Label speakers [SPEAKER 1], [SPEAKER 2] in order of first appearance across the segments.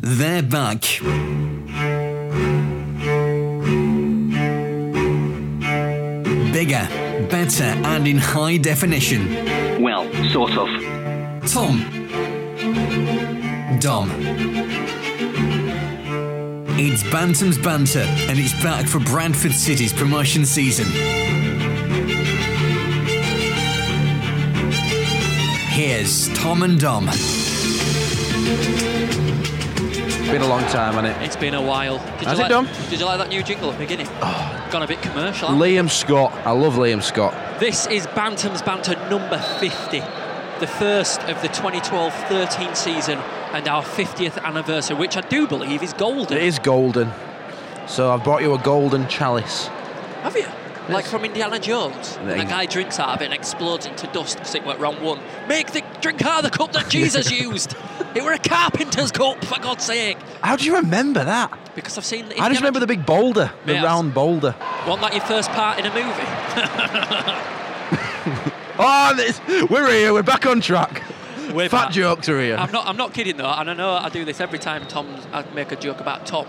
[SPEAKER 1] They're back. Bigger, better, and in high definition.
[SPEAKER 2] Well, sort of.
[SPEAKER 1] Tom. Dom. It's Bantam's Banter, and it's back for Bradford City's promotion season. Here's Tom and Dom.
[SPEAKER 3] Been a long time, hasn't it?
[SPEAKER 4] It's been a while. Did
[SPEAKER 3] Has
[SPEAKER 4] you
[SPEAKER 3] it
[SPEAKER 4] like,
[SPEAKER 3] done? Oh.
[SPEAKER 4] Did you like that new jingle at the beginning? Gone a bit commercial. hasn't
[SPEAKER 3] Liam Scott. I love Liam Scott.
[SPEAKER 4] it? This is Bantam's Banter number 50, the first of the 2012-13 season and our 50th anniversary, which I do believe is golden.
[SPEAKER 3] It is golden. So I've brought you a golden chalice.
[SPEAKER 4] Have you? Like from Indiana Jones. And
[SPEAKER 3] Thing.
[SPEAKER 4] that guy drinks out of it and explodes into dust because it went round one. Make the drink out of the cup that Jesus used. It were a carpenter's cup, for God's sake.
[SPEAKER 3] How do you remember that?
[SPEAKER 4] Because I've seen.
[SPEAKER 3] I just remember the big boulder, the
[SPEAKER 4] Yes.
[SPEAKER 3] round boulder.
[SPEAKER 4] Wasn't that your first part in a movie?
[SPEAKER 3] Oh, this, we're here. We're back on track.
[SPEAKER 4] We're
[SPEAKER 3] Fat
[SPEAKER 4] back.
[SPEAKER 3] jokes are here.
[SPEAKER 4] I'm not. I'm not kidding though, and I know I do this every time. Tom's. I make a joke about Tom,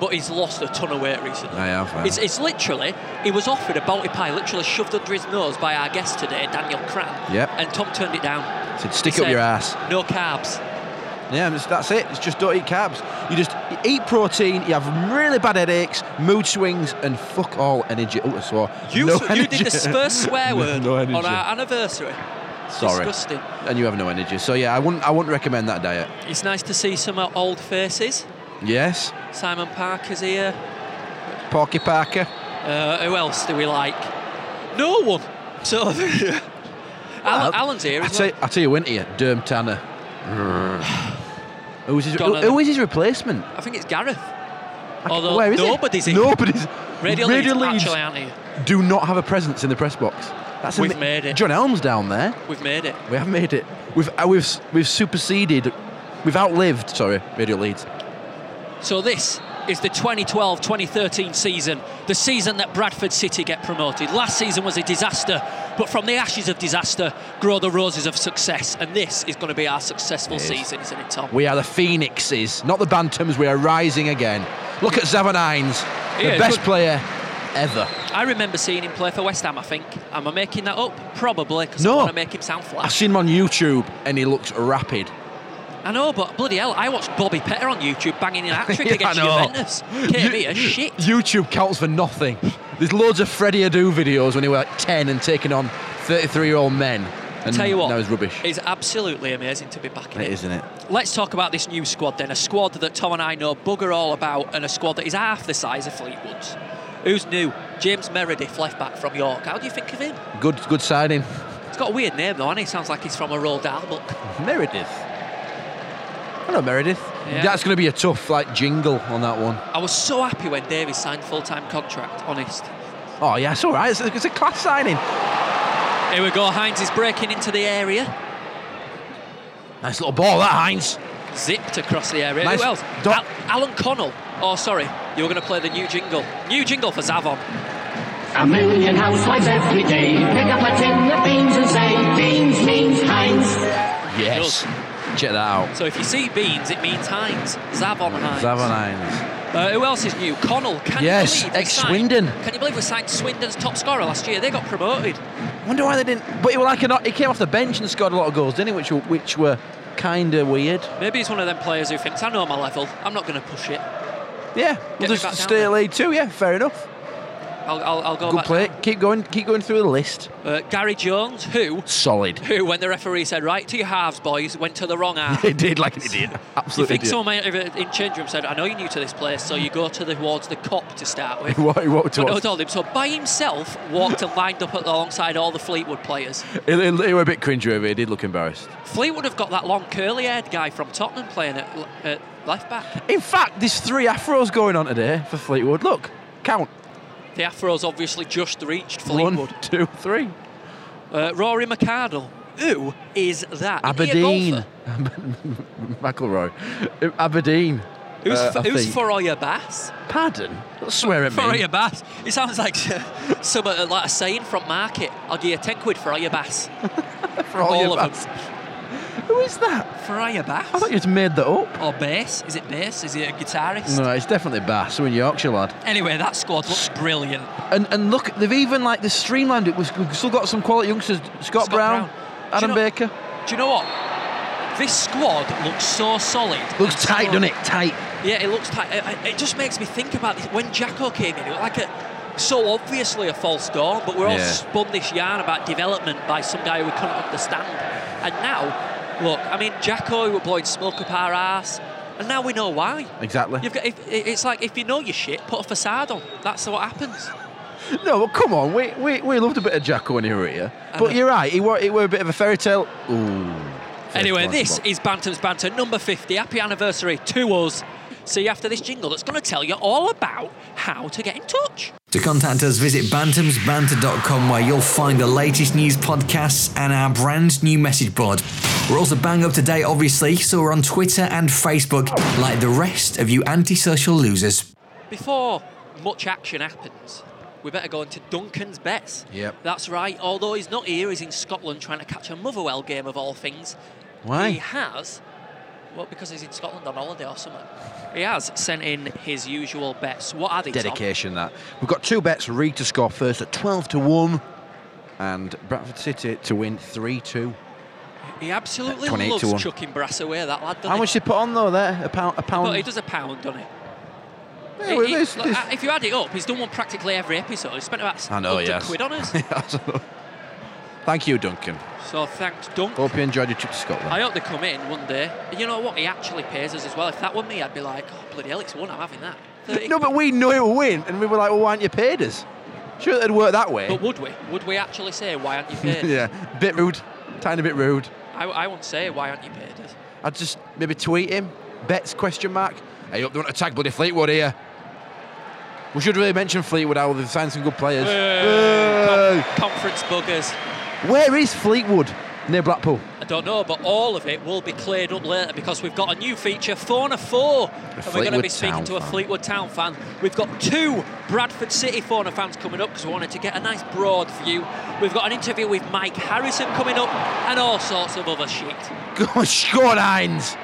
[SPEAKER 4] but he's lost a ton of weight recently.
[SPEAKER 3] I have, I have.
[SPEAKER 4] It's, it's literally. He was offered a bounty pie, literally shoved under his nose by our guest today, Daniel Cran.
[SPEAKER 3] Yep.
[SPEAKER 4] And Tom turned it down.
[SPEAKER 3] Said, stick
[SPEAKER 4] He
[SPEAKER 3] up your
[SPEAKER 4] said,
[SPEAKER 3] ass.
[SPEAKER 4] No carbs.
[SPEAKER 3] Yeah, it's- that's it. It's just don't eat carbs. You just eat protein. You have really bad headaches, mood swings, and fuck all energy. Oh, I swore.
[SPEAKER 4] You,
[SPEAKER 3] no
[SPEAKER 4] you
[SPEAKER 3] energy.
[SPEAKER 4] did the first swear
[SPEAKER 3] No-
[SPEAKER 4] word
[SPEAKER 3] no energy.
[SPEAKER 4] on our anniversary.
[SPEAKER 3] Sorry.
[SPEAKER 4] Disgusting.
[SPEAKER 3] And you have no energy. So yeah, I wouldn't. I wouldn't recommend that diet.
[SPEAKER 4] It's nice to see some uh, old faces.
[SPEAKER 3] Yes,
[SPEAKER 4] Simon Parker's here.
[SPEAKER 3] Porky Parker.
[SPEAKER 4] Uh, who else do we like? No one. So Alan, Oh, Alan's here.
[SPEAKER 3] I
[SPEAKER 4] as
[SPEAKER 3] tell,
[SPEAKER 4] well.
[SPEAKER 3] I tell you, winter here, Derm Tanner. who is his? Who,
[SPEAKER 4] Donovan.
[SPEAKER 3] who is his replacement?
[SPEAKER 4] I think it's Gareth.
[SPEAKER 3] I c-
[SPEAKER 4] Although
[SPEAKER 3] Where is he?
[SPEAKER 4] nobody's here.
[SPEAKER 3] Nobody's.
[SPEAKER 4] Radio,
[SPEAKER 3] Radio
[SPEAKER 4] Leeds,
[SPEAKER 3] Leeds
[SPEAKER 4] actually aren't here.
[SPEAKER 3] do not have a presence in the press box. That's
[SPEAKER 4] We've
[SPEAKER 3] ama-
[SPEAKER 4] made it.
[SPEAKER 3] John Elm's down there.
[SPEAKER 4] We've made it.
[SPEAKER 3] We have made it. We've uh, we've s- we've superseded. We've outlived. Sorry, Radio Leeds.
[SPEAKER 4] So this is the 2012-2013 season, the season that Bradford City get promoted. Last season was a disaster, but from the ashes of disaster grow the roses of success, and this is going to be our successful
[SPEAKER 3] is.
[SPEAKER 4] season, isn't it, Tom?
[SPEAKER 3] We are the phoenixes, not the bantams. We are rising again. Look at Zavon Hines,
[SPEAKER 4] Yeah,
[SPEAKER 3] the
[SPEAKER 4] it's
[SPEAKER 3] best
[SPEAKER 4] good.
[SPEAKER 3] player ever.
[SPEAKER 4] I remember seeing him play for West Ham. I think. Am I making that up? Probably, because I
[SPEAKER 3] No.
[SPEAKER 4] want to make him sound
[SPEAKER 3] I've
[SPEAKER 4] flash.
[SPEAKER 3] seen him on YouTube, and he looks rapid.
[SPEAKER 4] I know, but bloody hell, I watched Bobby Petter on YouTube banging in a hat trick
[SPEAKER 3] Yeah, I
[SPEAKER 4] against
[SPEAKER 3] know.
[SPEAKER 4] Juventus. Can't be a shit.
[SPEAKER 3] YouTube counts for nothing. There's loads of Freddie Adu videos when he was like 10 and taking on 33 year old men. And
[SPEAKER 4] Tell you what,
[SPEAKER 3] that was rubbish.
[SPEAKER 4] It's absolutely amazing to be back in it.
[SPEAKER 3] It is, isn't it?
[SPEAKER 4] Let's talk about this new squad then. A squad that Tom and I know bugger all about, and a squad that is half the size of Fleetwood's. Who's new? James Meredith, left back from York. How do you think of him?
[SPEAKER 3] Good, good signing.
[SPEAKER 4] He's got a weird name though, and he sounds like he's from a Roald Dahl book.
[SPEAKER 3] Meredith. Hello, Meredith.
[SPEAKER 4] Yeah.
[SPEAKER 3] That's going to be a tough like jingle on that one.
[SPEAKER 4] I was so happy when Davies signed full-time contract. Honest.
[SPEAKER 3] Oh yeah, it's all right. It's a, it's a class signing.
[SPEAKER 4] Here we go. Hines is breaking into the area,
[SPEAKER 3] Nice little ball that Hines.
[SPEAKER 4] zipped across the area.
[SPEAKER 3] Nice
[SPEAKER 4] Who else?
[SPEAKER 3] dot.
[SPEAKER 4] Al- Alan Connell. Oh, sorry. You're going to play the new jingle. New jingle for Zavon.
[SPEAKER 5] A million housewives every day pick up a tin of beans and say, beans means Heinz.
[SPEAKER 3] Yes. Check that out.
[SPEAKER 4] So if you see beans, it means Hines. Zavon Hines.
[SPEAKER 3] Zavon Hines.
[SPEAKER 4] Uh, who else is new? Connell. Can
[SPEAKER 3] Yes,
[SPEAKER 4] you believe we
[SPEAKER 3] ex-Swindon.
[SPEAKER 4] signed- Can you believe we signed Swindon's top scorer last year? They got promoted.
[SPEAKER 3] Wonder why they didn't. But he, were like an, he came off the bench and scored a lot of goals, didn't he? Which were, which were kind of weird.
[SPEAKER 4] Maybe he's one of them players who thinks, I know my level. I'm not going to push it.
[SPEAKER 3] Yeah,
[SPEAKER 4] me
[SPEAKER 3] we'll
[SPEAKER 4] back
[SPEAKER 3] just
[SPEAKER 4] down
[SPEAKER 3] stay
[SPEAKER 4] there.
[SPEAKER 3] at League Two. Yeah, fair enough.
[SPEAKER 4] I'll, I'll, I'll go
[SPEAKER 3] Good
[SPEAKER 4] back.
[SPEAKER 3] play. Keep going. Keep going through the list.
[SPEAKER 4] Uh, Gary Jones, who,
[SPEAKER 3] Solid.
[SPEAKER 4] who, when the referee said, right to your halves, boys, went to the wrong half.
[SPEAKER 3] It did like an idiot.
[SPEAKER 4] You
[SPEAKER 3] Absolutely.
[SPEAKER 4] think someone might have uh, in change room said, I know you're new to this place, so you go to the, towards the cop to start with.
[SPEAKER 3] What, what,
[SPEAKER 4] But no,
[SPEAKER 3] what,
[SPEAKER 4] told him. So by himself, walked and lined up alongside all the Fleetwood players.
[SPEAKER 3] it, it, it were a bit cringy over. He did look embarrassed.
[SPEAKER 4] Fleetwood have got that long curly-haired guy from Tottenham playing at, l- at left back.
[SPEAKER 3] In fact, there's three afros going on today for Fleetwood. Look, count
[SPEAKER 4] The Afro's obviously just reached
[SPEAKER 3] one,
[SPEAKER 4] Fleetwood.
[SPEAKER 3] two, three.
[SPEAKER 4] Uh, Rory McArdle. Who is that? Is he a
[SPEAKER 3] Aberdeen. Uh,
[SPEAKER 4] golfer?
[SPEAKER 3] McElroy. Aberdeen.
[SPEAKER 4] Who's,
[SPEAKER 3] Uh,
[SPEAKER 4] for
[SPEAKER 3] I
[SPEAKER 4] who's
[SPEAKER 3] think.
[SPEAKER 4] Faroya Bass?
[SPEAKER 3] Pardon? Don't swear at me.
[SPEAKER 4] Faroya Bass. It sounds like some uh, like a saying from market. I'll give you ten quid for all your bass.
[SPEAKER 3] For all
[SPEAKER 4] all
[SPEAKER 3] your
[SPEAKER 4] of
[SPEAKER 3] bats. Who is that?
[SPEAKER 4] Fryer Bass?
[SPEAKER 3] I thought you just made that up.
[SPEAKER 4] Or bass? Is it bass? Is it a guitarist?
[SPEAKER 3] No, it's definitely Bass. We're in Yorkshire, lad.
[SPEAKER 4] Anyway, that squad looks brilliant.
[SPEAKER 3] And and look, they've even like they streamlined it. We've we've still got some quality youngsters: Scott,
[SPEAKER 4] Scott
[SPEAKER 3] Brown,
[SPEAKER 4] Brown. Do
[SPEAKER 3] Adam
[SPEAKER 4] you know-
[SPEAKER 3] Baker.
[SPEAKER 4] Do you know what? This squad looks so solid.
[SPEAKER 3] Looks
[SPEAKER 4] So-
[SPEAKER 3] tight, doesn't it? Tight.
[SPEAKER 4] Yeah, it looks tight. It, it just makes me think about this. When Jacko came in, it was like a so obviously a false dawn, but we're all
[SPEAKER 3] Yeah.
[SPEAKER 4] spun this yarn about development by some guy we couldn't understand. And now, look, I mean, Jacko, who were blowing smoke up our ass, and now we know why.
[SPEAKER 3] Exactly.
[SPEAKER 4] You've got, if, it- it's like if you know your shit, put a facade on. That's what happens.
[SPEAKER 3] No, well, come on. We, we, we loved a bit of Jacko when he were here.
[SPEAKER 4] I
[SPEAKER 3] But
[SPEAKER 4] know.
[SPEAKER 3] you're right. He were, he were a bit of a fairy tale. Ooh. First
[SPEAKER 4] Anyway,
[SPEAKER 3] one,
[SPEAKER 4] this
[SPEAKER 3] come on.
[SPEAKER 4] is Bantam's Banter number 50. Happy anniversary to us. See you after this jingle that's going to tell you all about how to get in touch.
[SPEAKER 1] To contact us, visit bantamsbanter.com where you'll find the latest news podcasts and our brand new message board. We're also bang up to date, obviously, so we're on Twitter and Facebook like the rest of you antisocial losers.
[SPEAKER 4] Before much action happens, we better go into Duncan's bets.
[SPEAKER 3] Yep.
[SPEAKER 4] That's right. Although he's not here, he's in Scotland trying to catch a Motherwell game of all things.
[SPEAKER 3] Why?
[SPEAKER 4] He has. Well, because he's in Scotland on holiday or something. He has sent in his usual bets. What are they? Tom?
[SPEAKER 3] Dedication, that. We've got two bets. Reed to score first at 12 to 1. And Bradford City to win 3 2.
[SPEAKER 4] He absolutely
[SPEAKER 3] 28 to
[SPEAKER 4] loves
[SPEAKER 3] one.
[SPEAKER 4] chucking brass away. That lad. doesn't
[SPEAKER 3] How
[SPEAKER 4] he?
[SPEAKER 3] much did he put on, though, there? A pound? A pound?
[SPEAKER 4] But he does a pound, doesn't he?
[SPEAKER 3] Yeah,
[SPEAKER 4] He-
[SPEAKER 3] well,
[SPEAKER 4] he-
[SPEAKER 3] this-
[SPEAKER 4] look,
[SPEAKER 3] this-
[SPEAKER 4] uh, if you add it up, he's done one practically every episode. He spent about
[SPEAKER 3] I know,
[SPEAKER 4] 100
[SPEAKER 3] yes.
[SPEAKER 4] quid on us.
[SPEAKER 3] Yes. Thank you, Duncan.
[SPEAKER 4] so thanks, Dunk.
[SPEAKER 3] Hope you enjoyed your trip to Scotland.
[SPEAKER 4] I hope they come in one day. And you know what? He actually pays us as well. If that were me, I'd be like, oh, bloody hell, it's one. I'm having that. 30
[SPEAKER 3] no, but we knew it would win. And we were like, well, why aren't you paid us? Sure, it'd work that way.
[SPEAKER 4] But would we? Would we actually say, why aren't you paid? us?
[SPEAKER 3] yeah. Bit rude. Tiny bit rude.
[SPEAKER 4] I, I won't say, why aren't you paid us?
[SPEAKER 3] I'd just maybe tweet him. Bets question mark. Hey, up, they want to tag bloody Fleetwood here. We should really mention Fleetwood. How they've signed some good players.
[SPEAKER 4] Hey, con- conference buggers.
[SPEAKER 3] Hey. Where is Fleetwood near Blackpool?
[SPEAKER 4] I don't know, but all of it will be cleared up later because we've got a new feature, Fauna 4. and we're going to be
[SPEAKER 3] Fleetwood
[SPEAKER 4] speaking
[SPEAKER 3] Town
[SPEAKER 4] to a
[SPEAKER 3] fan.
[SPEAKER 4] Fleetwood Town fan. We've got two Bradford City Fauna fans coming up because we wanted to get a nice broad view. We've got an interview with Mike Harrison coming up and all sorts of other shit.
[SPEAKER 3] Gosh, go on, Hines.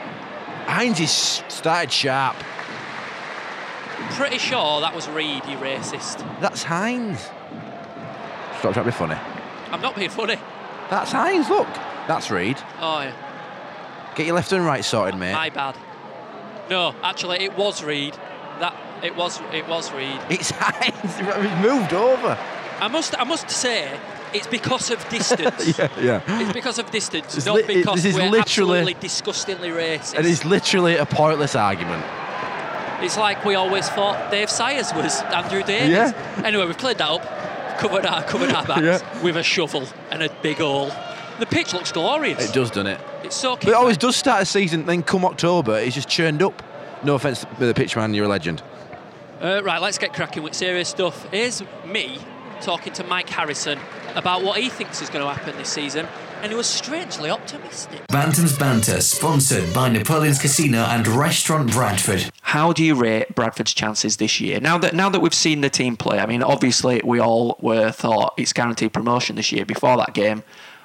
[SPEAKER 3] Hines is started sharp.
[SPEAKER 4] Pretty sure that was Reed, you racist.
[SPEAKER 3] That's Hines. Stop trying to be funny.
[SPEAKER 4] I'm not being funny.
[SPEAKER 3] That's Hines. Look, that's Reed.
[SPEAKER 4] Oh, yeah.
[SPEAKER 3] Get your left and right sorted, mate.
[SPEAKER 4] My bad. No, actually, it was Reed. That it was it was Reed.
[SPEAKER 3] It's Hines. He's moved over.
[SPEAKER 4] I must I must say it's because of distance.
[SPEAKER 3] yeah.
[SPEAKER 4] It's because of distance,
[SPEAKER 3] It's
[SPEAKER 4] not
[SPEAKER 3] li- it-
[SPEAKER 4] because
[SPEAKER 3] this is
[SPEAKER 4] we're
[SPEAKER 3] literally-
[SPEAKER 4] absolutely disgustingly racist.
[SPEAKER 3] And it's literally a pointless argument.
[SPEAKER 4] It's like we always thought Dave Sayers was Andrew Davies.
[SPEAKER 3] Yeah.
[SPEAKER 4] Anyway, we've cleared that up, covered our covered our backs
[SPEAKER 3] Yeah.
[SPEAKER 4] with a shovel and a big hole. The pitch looks glorious.
[SPEAKER 3] It does, doesn't it?
[SPEAKER 4] It's so
[SPEAKER 3] But oh,
[SPEAKER 4] cute.
[SPEAKER 3] it always does start a season, then come October, it's just churned up. No offence to the pitchman, you're a legend.
[SPEAKER 4] Uh, right, let's get cracking with serious stuff. Here's me talking to Mike Harrison about what he thinks is going to happen this season, and he was strangely optimistic.
[SPEAKER 1] Bantam's Banter, sponsored by Napoleon's Casino and Restaurant Bradford.
[SPEAKER 4] How do you rate Bradford's chances this year? Now that now that we've seen the team play, I mean, obviously we all were thought it's guaranteed promotion this year. Before that game,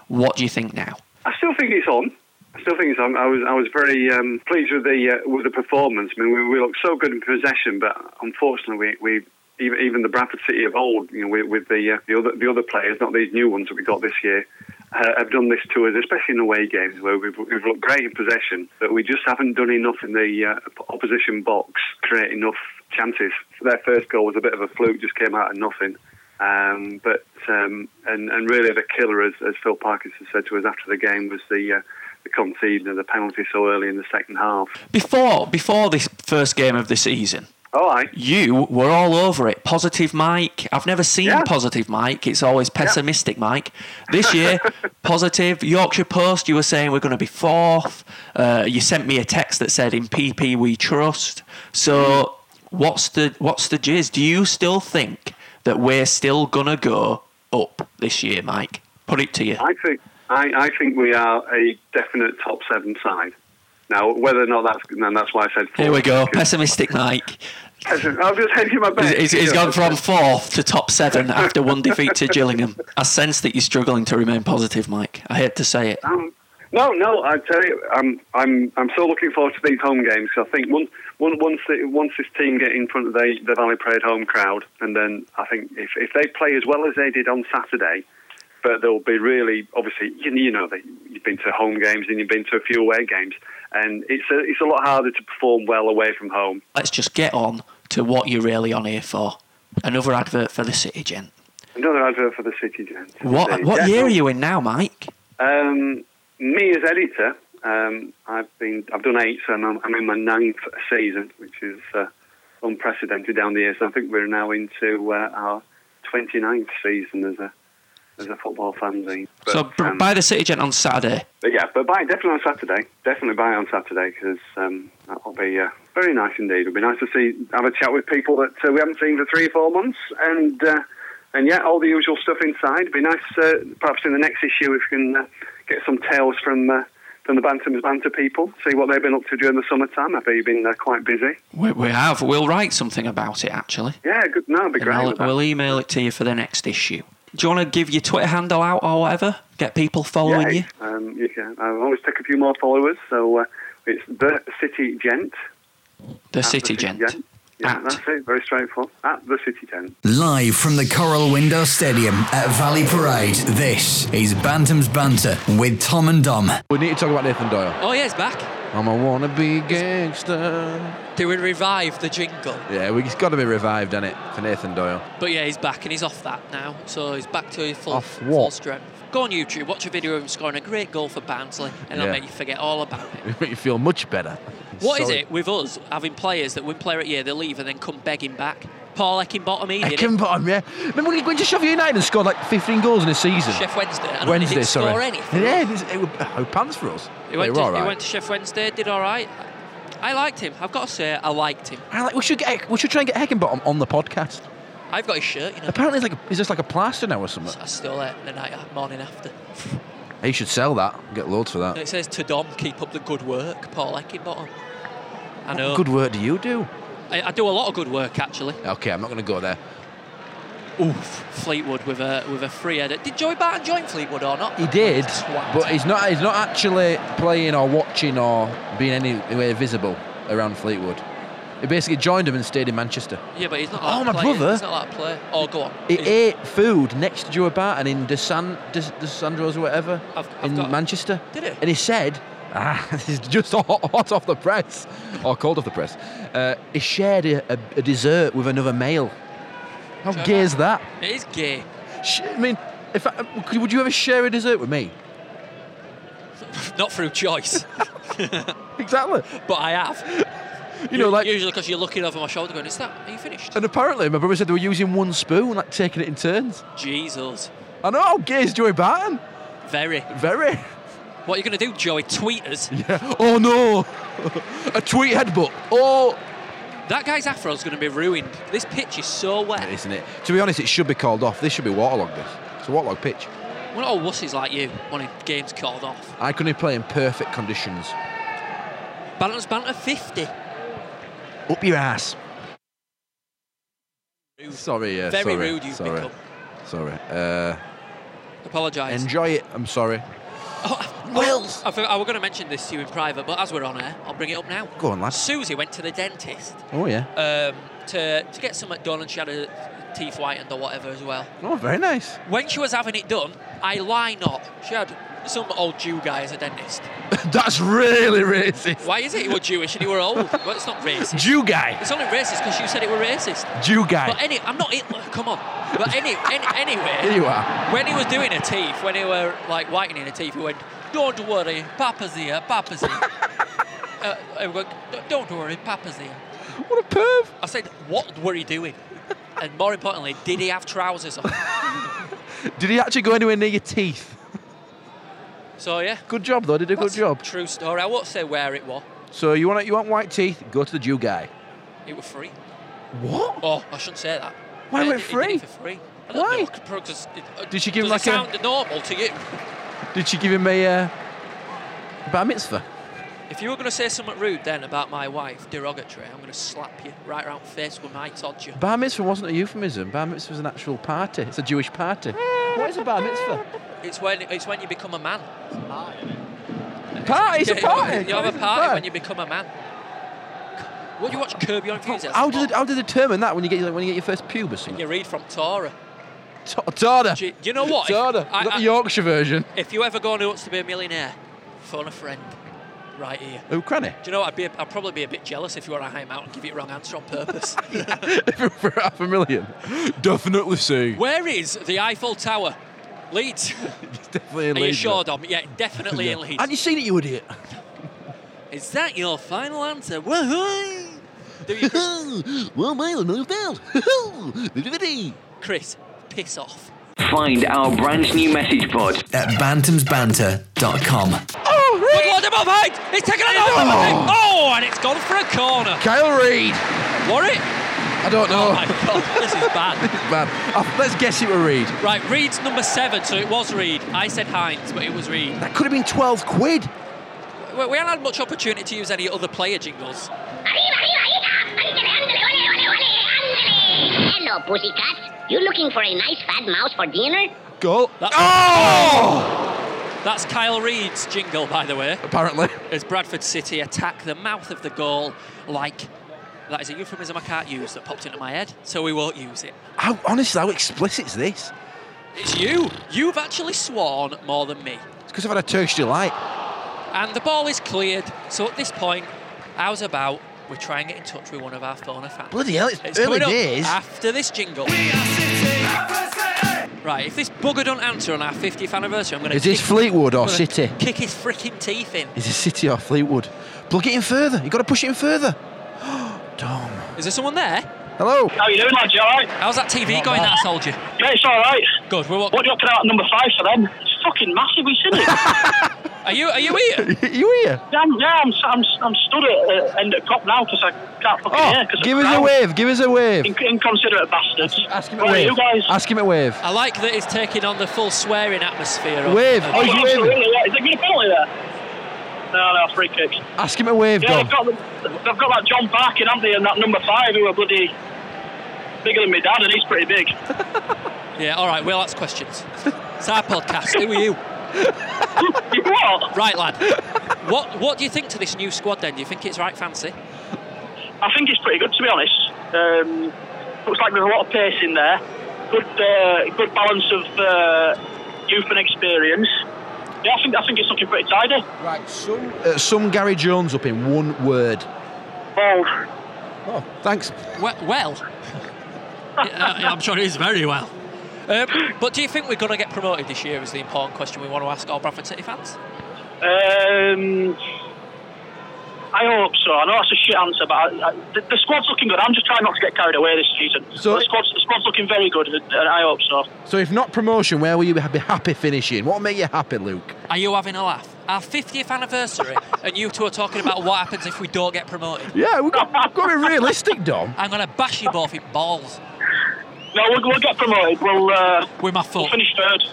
[SPEAKER 4] what do you think now?
[SPEAKER 2] I still think it's on. I still think it's on. I was I was very um, pleased with the uh, with the performance. I mean, we, we looked so good in possession, but unfortunately, we. we even, even the Bradford City of old, you know, with, with the uh, the other the other players, not these new ones that we got this year, uh, have done this to us, especially in away games where we've, we've looked great in possession, but we just haven't done enough in the uh, opposition box, create enough chances. Their first goal was a bit of a fluke, just came out of nothing. Um, but um, and and really the killer, as, as Phil Parkinson said to us after the game, was the uh, the conceding of the penalty so early in the second half.
[SPEAKER 6] before before this first game of the season,
[SPEAKER 2] All right,
[SPEAKER 6] you were all over it. Positive Mike. I've never seen
[SPEAKER 2] Yeah.
[SPEAKER 6] positive Mike. It's always pessimistic Mike. This year, positive. Yorkshire Post, you were saying we're going to be fourth. Uh, you sent me a text that said in PP we trust. So what's the what's the jizz? Do you still think that we're still going to go up this year, Mike? Put it to you.
[SPEAKER 2] I think I, I think we are a definite top seven side. Now, whether or not that's and that's why I said
[SPEAKER 6] Here we go.
[SPEAKER 2] because-
[SPEAKER 6] Pessimistic Mike.
[SPEAKER 2] I've just sent you my best.
[SPEAKER 6] He's, he's, he's gone from fourth to top seven after one defeat to Gillingham. I sense that you're struggling to remain positive, Mike. I hate to say it.
[SPEAKER 2] Um, No, no. I tell you, I'm I'm I'm so looking forward to these home games. 'cause I think once once once, the, once this team get in front of the the Valley Parade home crowd, and then I think if if they play as well as they did on Saturday, but they'll be really obviously you, you know they, you've been to home games and you've been to a few away games, and it's a it's a lot harder to perform well away from home.
[SPEAKER 6] Let's just get on to what you're really on here for. Another advert for the City Gent.
[SPEAKER 2] Another advert for the City Gents.
[SPEAKER 6] What
[SPEAKER 2] Indeed.
[SPEAKER 6] what
[SPEAKER 2] Yeah,
[SPEAKER 6] year
[SPEAKER 2] no,
[SPEAKER 6] are you in now, Mike?
[SPEAKER 2] Um, me as editor, um, I've been I've done eight, so I'm, I'm in my ninth season, which is uh, unprecedented down the years. I think we're now into uh, our 29th season as a as a football fanzine. But,
[SPEAKER 6] so br
[SPEAKER 2] um,
[SPEAKER 6] by the City Gent on Saturday.
[SPEAKER 2] but yeah, but buy definitely on Saturday. Definitely buy on Saturday because um, that will be uh, very nice indeed. It'll be nice to see have a chat with people that uh, we haven't seen for three or four months, and uh, and yeah, all the usual stuff inside. It'd be nice, uh, perhaps in the next issue, if we can uh, get some tales from. Uh, from the Bantam's Banter people, see what they've been up to during the summertime. I bet you've been uh, quite busy.
[SPEAKER 6] We, we have. We'll write something about it actually.
[SPEAKER 2] Yeah, good. No, it'd be
[SPEAKER 6] And
[SPEAKER 2] great.
[SPEAKER 6] I'll,
[SPEAKER 2] with that.
[SPEAKER 6] we'll email it to you for the next issue. Do you want to give your Twitter handle out or whatever? Get people following you?
[SPEAKER 2] Um, you can. I always take a few more followers, so uh, it's the City Gent.
[SPEAKER 6] The
[SPEAKER 2] at
[SPEAKER 6] City
[SPEAKER 2] the
[SPEAKER 6] Gent.
[SPEAKER 2] Yeah,
[SPEAKER 6] At.
[SPEAKER 2] that's it. Very straightforward. At the City Gent.
[SPEAKER 1] Live from the Coral Window Stadium at Valley Parade, this is Bantam's Banter with Tom and Dom.
[SPEAKER 3] We need to talk about Nathan Doyle.
[SPEAKER 4] Oh, yeah, it's back.
[SPEAKER 3] I'm a wannabe gangster.
[SPEAKER 4] They will revive the jingle.
[SPEAKER 3] Yeah, we, it's got to be revived, hasn't it, for Nathan Doyle?
[SPEAKER 4] But yeah, he's back and he's off that now. So he's back to his full,
[SPEAKER 3] Off what?
[SPEAKER 4] full strength. Go on YouTube, watch a video of him scoring a great goal for Barnsley, and it'll
[SPEAKER 3] Yeah.
[SPEAKER 4] make you forget all about it.
[SPEAKER 3] It make you feel much better.
[SPEAKER 4] What is
[SPEAKER 3] Sorry.
[SPEAKER 4] it with us having players that win player at year, they leave and then come begging back? Paul Eckingbottom, he did
[SPEAKER 3] Kevin Bottom, yeah. Remember when he went to Sheffield United and scored like 15 goals in a season?
[SPEAKER 4] it. Chef Wednesday. I don't think
[SPEAKER 3] Wednesday,
[SPEAKER 4] he didn't
[SPEAKER 3] sorry.
[SPEAKER 4] score anything.
[SPEAKER 3] Yeah, it, was- it, was- oh, pants for us.
[SPEAKER 4] He
[SPEAKER 3] they
[SPEAKER 4] went,
[SPEAKER 3] were
[SPEAKER 4] to,
[SPEAKER 3] all
[SPEAKER 4] he
[SPEAKER 3] right.
[SPEAKER 4] went to Chef Wednesday, did all right. I liked him. I've got to say, I liked him.
[SPEAKER 3] I like, we should get we should try and get Heckenbottom on the podcast.
[SPEAKER 4] I've got his shirt, you know.
[SPEAKER 3] Apparently, he's like he's just like a plaster now or something.
[SPEAKER 4] I stole it the night uh, morning after.
[SPEAKER 3] He should sell that. and Get loads for
[SPEAKER 4] And
[SPEAKER 3] that.
[SPEAKER 4] it says to Dom, keep up the good work, Paul Eckingbottom. I know.
[SPEAKER 3] Good work. Do you do?
[SPEAKER 4] I, I do a lot of good work actually.
[SPEAKER 3] Okay, I'm not going to go there.
[SPEAKER 4] Oof, Fleetwood with a with a free header. Did Joey Barton join Fleetwood or not?
[SPEAKER 3] He did,
[SPEAKER 4] Twat.
[SPEAKER 3] but he's not. He's not actually playing or watching or being anywhere visible around Fleetwood. He basically joined him and stayed in Manchester.
[SPEAKER 4] Yeah, but he's not.
[SPEAKER 3] Oh,
[SPEAKER 4] allowed
[SPEAKER 3] my
[SPEAKER 4] to play.
[SPEAKER 3] brother.
[SPEAKER 4] He's not allowed to play. Oh, go on.
[SPEAKER 3] He
[SPEAKER 4] He's-
[SPEAKER 3] ate food next to Joe Barton in DeSan, De, DeSandro's or whatever
[SPEAKER 4] I've- I've
[SPEAKER 3] in
[SPEAKER 4] got-
[SPEAKER 3] Manchester.
[SPEAKER 4] Did he?
[SPEAKER 3] And he said, ah, this is just hot, hot off the press, or cold off the press. Uh, he shared a, a, a dessert with another male. How
[SPEAKER 4] Joe
[SPEAKER 3] gay is that?
[SPEAKER 4] It is gay.
[SPEAKER 3] Sh- I mean, if I, could- would you ever share a dessert with me?
[SPEAKER 4] Not through choice,
[SPEAKER 3] Exactly.
[SPEAKER 4] but I have.
[SPEAKER 3] You know, like,
[SPEAKER 4] usually because you're looking over my shoulder going, "Is that? Are you finished?"
[SPEAKER 3] and apparently my brother said they were using one spoon, like taking it in turns.
[SPEAKER 4] Jesus,
[SPEAKER 3] I know how gay is Joey Barton.
[SPEAKER 4] very.
[SPEAKER 3] Very.
[SPEAKER 4] What are you going to do, Joey? Tweet us.
[SPEAKER 3] Oh no! a tweet headbutt. Oh.
[SPEAKER 4] That guy's afro's going to be ruined. This pitch is so wet.
[SPEAKER 3] isn't it? To be honest, it should be called off. This should be waterlogged. This. It's a waterlogged pitch.
[SPEAKER 4] We're not all wussies like you wanting games called off.
[SPEAKER 3] I couldn't play in perfect conditions.
[SPEAKER 4] Balance banter 50.
[SPEAKER 3] Up your ass. Sorry, yeah.
[SPEAKER 4] Very
[SPEAKER 3] sorry,
[SPEAKER 4] rude you've
[SPEAKER 3] sorry,
[SPEAKER 4] become.
[SPEAKER 3] Sorry. Uh,
[SPEAKER 4] Apologise.
[SPEAKER 3] enjoy it. I'm sorry.
[SPEAKER 4] Oh,
[SPEAKER 3] Wales.
[SPEAKER 4] I, forgot- I were going to mention this to you in private, but as we're on air, I'll bring it up now.
[SPEAKER 3] Go on, lads.
[SPEAKER 4] Susie went to the dentist
[SPEAKER 3] Oh yeah.
[SPEAKER 4] um, to, to get something done, and she had her teeth whitened or whatever as well.
[SPEAKER 3] Oh, very nice.
[SPEAKER 4] When she was having it done, I lie not. She had some old Jew guy as a dentist.
[SPEAKER 3] That's really racist.
[SPEAKER 4] Why is it? He were Jewish and he were old. Well, it's not racist.
[SPEAKER 3] Jew guy.
[SPEAKER 4] It's only racist because you said it were racist.
[SPEAKER 3] Jew
[SPEAKER 4] But
[SPEAKER 3] guy.
[SPEAKER 4] any, I'm not Hitler. Come on. But any, any anyway.
[SPEAKER 3] Here you are.
[SPEAKER 4] When he was doing her teeth, when he were like whitening her teeth, he went, "Don't worry, Papa's here, Papa's here." uh, I went, "Don't- "Don't worry, Papa's here."
[SPEAKER 3] What a perv.
[SPEAKER 4] I said, "What were he doing?" And more importantly, did he have trousers on?
[SPEAKER 3] Did he actually go anywhere near your teeth?
[SPEAKER 4] So yeah,
[SPEAKER 3] Good job though. Did a
[SPEAKER 4] that's
[SPEAKER 3] good job.
[SPEAKER 4] True story. I won't say where it was.
[SPEAKER 3] So you want you want white teeth? Go to the Jew guy.
[SPEAKER 4] It was free.
[SPEAKER 3] What?
[SPEAKER 4] Oh, I shouldn't say that.
[SPEAKER 3] Why
[SPEAKER 4] Yeah,
[SPEAKER 3] were it
[SPEAKER 4] he did
[SPEAKER 3] free?
[SPEAKER 4] for free. I don't
[SPEAKER 3] Why?
[SPEAKER 4] know, because it- uh,
[SPEAKER 3] Did she give him
[SPEAKER 4] does it
[SPEAKER 3] like a-
[SPEAKER 4] sound normal to you?
[SPEAKER 3] Did she give him a uh, bar mitzvah?
[SPEAKER 4] If you were going to say something rude then about my wife, derogatory, I'm going to slap you right around the face with my todger.
[SPEAKER 3] Bar mitzvah wasn't a euphemism. Bar mitzvah was an actual party. It's a Jewish party. What is a bar mitzvah?
[SPEAKER 4] It's when it's when you become a man.
[SPEAKER 3] Party, it's a party.
[SPEAKER 4] You have
[SPEAKER 3] It's
[SPEAKER 4] a
[SPEAKER 3] a
[SPEAKER 4] party
[SPEAKER 3] party.
[SPEAKER 4] when you become a man. What you watch Curb Your Enthusiasm?
[SPEAKER 3] How do they, how do they determine that when you get your- when you get your first pubis?
[SPEAKER 4] You read from Torah.
[SPEAKER 3] T- Tada.
[SPEAKER 4] Do you, you know what? If-
[SPEAKER 3] Tada.
[SPEAKER 4] I-
[SPEAKER 3] Is that
[SPEAKER 4] I-
[SPEAKER 3] the Yorkshire version.
[SPEAKER 4] If you ever go on Who Wants to Be a Millionaire, phone a friend right here.
[SPEAKER 3] Oh, cranny.
[SPEAKER 4] Do you know what? I'd, be a, I'd probably be a bit jealous if you were to hang out and give you a wrong answer on purpose.
[SPEAKER 3] For half a million. Definitely see.
[SPEAKER 4] Where is the Eiffel Tower? Leeds.
[SPEAKER 3] Definitely in
[SPEAKER 4] Are you
[SPEAKER 3] Leeds,
[SPEAKER 4] sure,
[SPEAKER 3] though.
[SPEAKER 4] Dom? Yeah, definitely in Leeds.
[SPEAKER 3] Hadn't you seen it, you idiot?
[SPEAKER 4] Is that your final answer? Woohoo! Do you, Chris,
[SPEAKER 3] One mile, no fail.
[SPEAKER 4] Chris, piss off.
[SPEAKER 1] Find our brand new message pod at bantamsbanter.com.
[SPEAKER 3] Oh,
[SPEAKER 4] Good Lord above height! It's taken an open oh. oh, and it's gone for a corner.
[SPEAKER 3] Kyle Reid.
[SPEAKER 4] Warwick?
[SPEAKER 3] I don't know.
[SPEAKER 4] Oh my God, this is bad.
[SPEAKER 3] Man, uh, let's guess it were Reid.
[SPEAKER 4] Right, Reed's number seven, so it was Reed. I said Hines, but it was Reed.
[SPEAKER 3] That could have been 12 quid.
[SPEAKER 4] We, we haven't had much opportunity to use any other player jingles.
[SPEAKER 7] Arriba, arriba, hija. Ándele, ándele, ole, ole, ole, ándele. Hello, pussycat. You looking for a nice fat mouse for dinner?
[SPEAKER 3] Goal.
[SPEAKER 4] That's-
[SPEAKER 3] oh!
[SPEAKER 4] That's Kyle Reed's jingle, by the way,
[SPEAKER 3] Apparently.
[SPEAKER 4] as Bradford City attack the mouth of the goal like. That is a euphemism I can't use that popped into my head, so we won't use it.
[SPEAKER 3] How, honestly, how explicit is this?
[SPEAKER 4] It's you. You've actually sworn more than me.
[SPEAKER 3] It's because I've had a Turkish delight.
[SPEAKER 4] And the ball is cleared. So at this point, how's about we try and get in touch with one of our phone fans?
[SPEAKER 3] Bloody hell, it's
[SPEAKER 4] It's
[SPEAKER 3] early
[SPEAKER 4] coming up
[SPEAKER 3] days.
[SPEAKER 4] after this jingle. Right, if this bugger don't answer on our 50th anniversary, I'm going to.
[SPEAKER 3] Is this Fleetwood or City?
[SPEAKER 4] Kick his freaking teeth in.
[SPEAKER 3] Is it City or Fleetwood? Plug it in further. You've got to push it in further. Dom.
[SPEAKER 4] Is there someone there?
[SPEAKER 3] Hello.
[SPEAKER 8] How you doing, lads? You alright?
[SPEAKER 4] How's that TV going, that soldier?
[SPEAKER 8] Yeah, it's alright.
[SPEAKER 4] Good. We're
[SPEAKER 8] What
[SPEAKER 4] what?
[SPEAKER 8] do you put out at number five for them? It's fucking massive, we seen it.
[SPEAKER 4] Are you? Are you here?
[SPEAKER 3] you here?
[SPEAKER 8] Damn, yeah, I'm, I'm, I'm stood at uh, end of cop now because I can't fucking
[SPEAKER 3] Oh,
[SPEAKER 8] hear. Cause of
[SPEAKER 3] give us
[SPEAKER 8] the
[SPEAKER 3] a
[SPEAKER 8] crowd.
[SPEAKER 3] wave. Give us a wave.
[SPEAKER 8] In- inconsiderate bastards.
[SPEAKER 3] Ask him a
[SPEAKER 8] Where are
[SPEAKER 3] wave.
[SPEAKER 8] you guys?
[SPEAKER 3] Ask him a wave.
[SPEAKER 4] I like that it's taking on the full swearing atmosphere. Of,
[SPEAKER 3] Wave.
[SPEAKER 4] of-
[SPEAKER 8] oh,
[SPEAKER 3] he's
[SPEAKER 8] yeah,
[SPEAKER 3] waving.
[SPEAKER 8] absolutely, yeah. Is there going to penalty there? No, no, free kick.
[SPEAKER 3] Ask him a wave,
[SPEAKER 8] Yeah,
[SPEAKER 3] Dom.
[SPEAKER 8] they've got, the- they've got that John Parkin, haven't they, and that number five who are bloody bigger than my dad, and he's pretty big.
[SPEAKER 4] yeah. All right. We'll ask questions. It's our podcast. Who are you?
[SPEAKER 8] what?
[SPEAKER 4] Right, lad. What What do you think to this new squad? Then do you think it's right fancy?
[SPEAKER 8] I think it's pretty good to be honest. Um, looks like there's a lot of pace in there. Good, uh, good balance of uh, youth and experience. Yeah, I think I think it's looking pretty tidy.
[SPEAKER 3] Right, some, uh, some Gary Jones up in one word.
[SPEAKER 8] Bold.
[SPEAKER 3] Oh, thanks.
[SPEAKER 4] Well, well. Yeah, I'm sure it is very well. Um, but do you think we're going to get promoted this year? Is the important question we want to ask our Bradford City fans.
[SPEAKER 8] Um, I hope so. I know that's a shit answer, but I, I, the, the squad's looking good. I'm just trying not to get carried away this season.
[SPEAKER 3] So-
[SPEAKER 8] the, squad's, the squad's looking very good, and and I hope so.
[SPEAKER 3] So, if not promotion, where will you be happy finishing? What will make you happy, Luke?
[SPEAKER 4] Are you having a laugh? Our 50th anniversary, and you two are talking about what happens if we don't get promoted.
[SPEAKER 3] Yeah, we've got, we've got to be realistic, Dom.
[SPEAKER 4] I'm going to bash you both in balls
[SPEAKER 8] No, we'll, we'll get promoted. We'll, uh,
[SPEAKER 4] with my
[SPEAKER 8] we'll
[SPEAKER 4] foot.
[SPEAKER 8] finish third.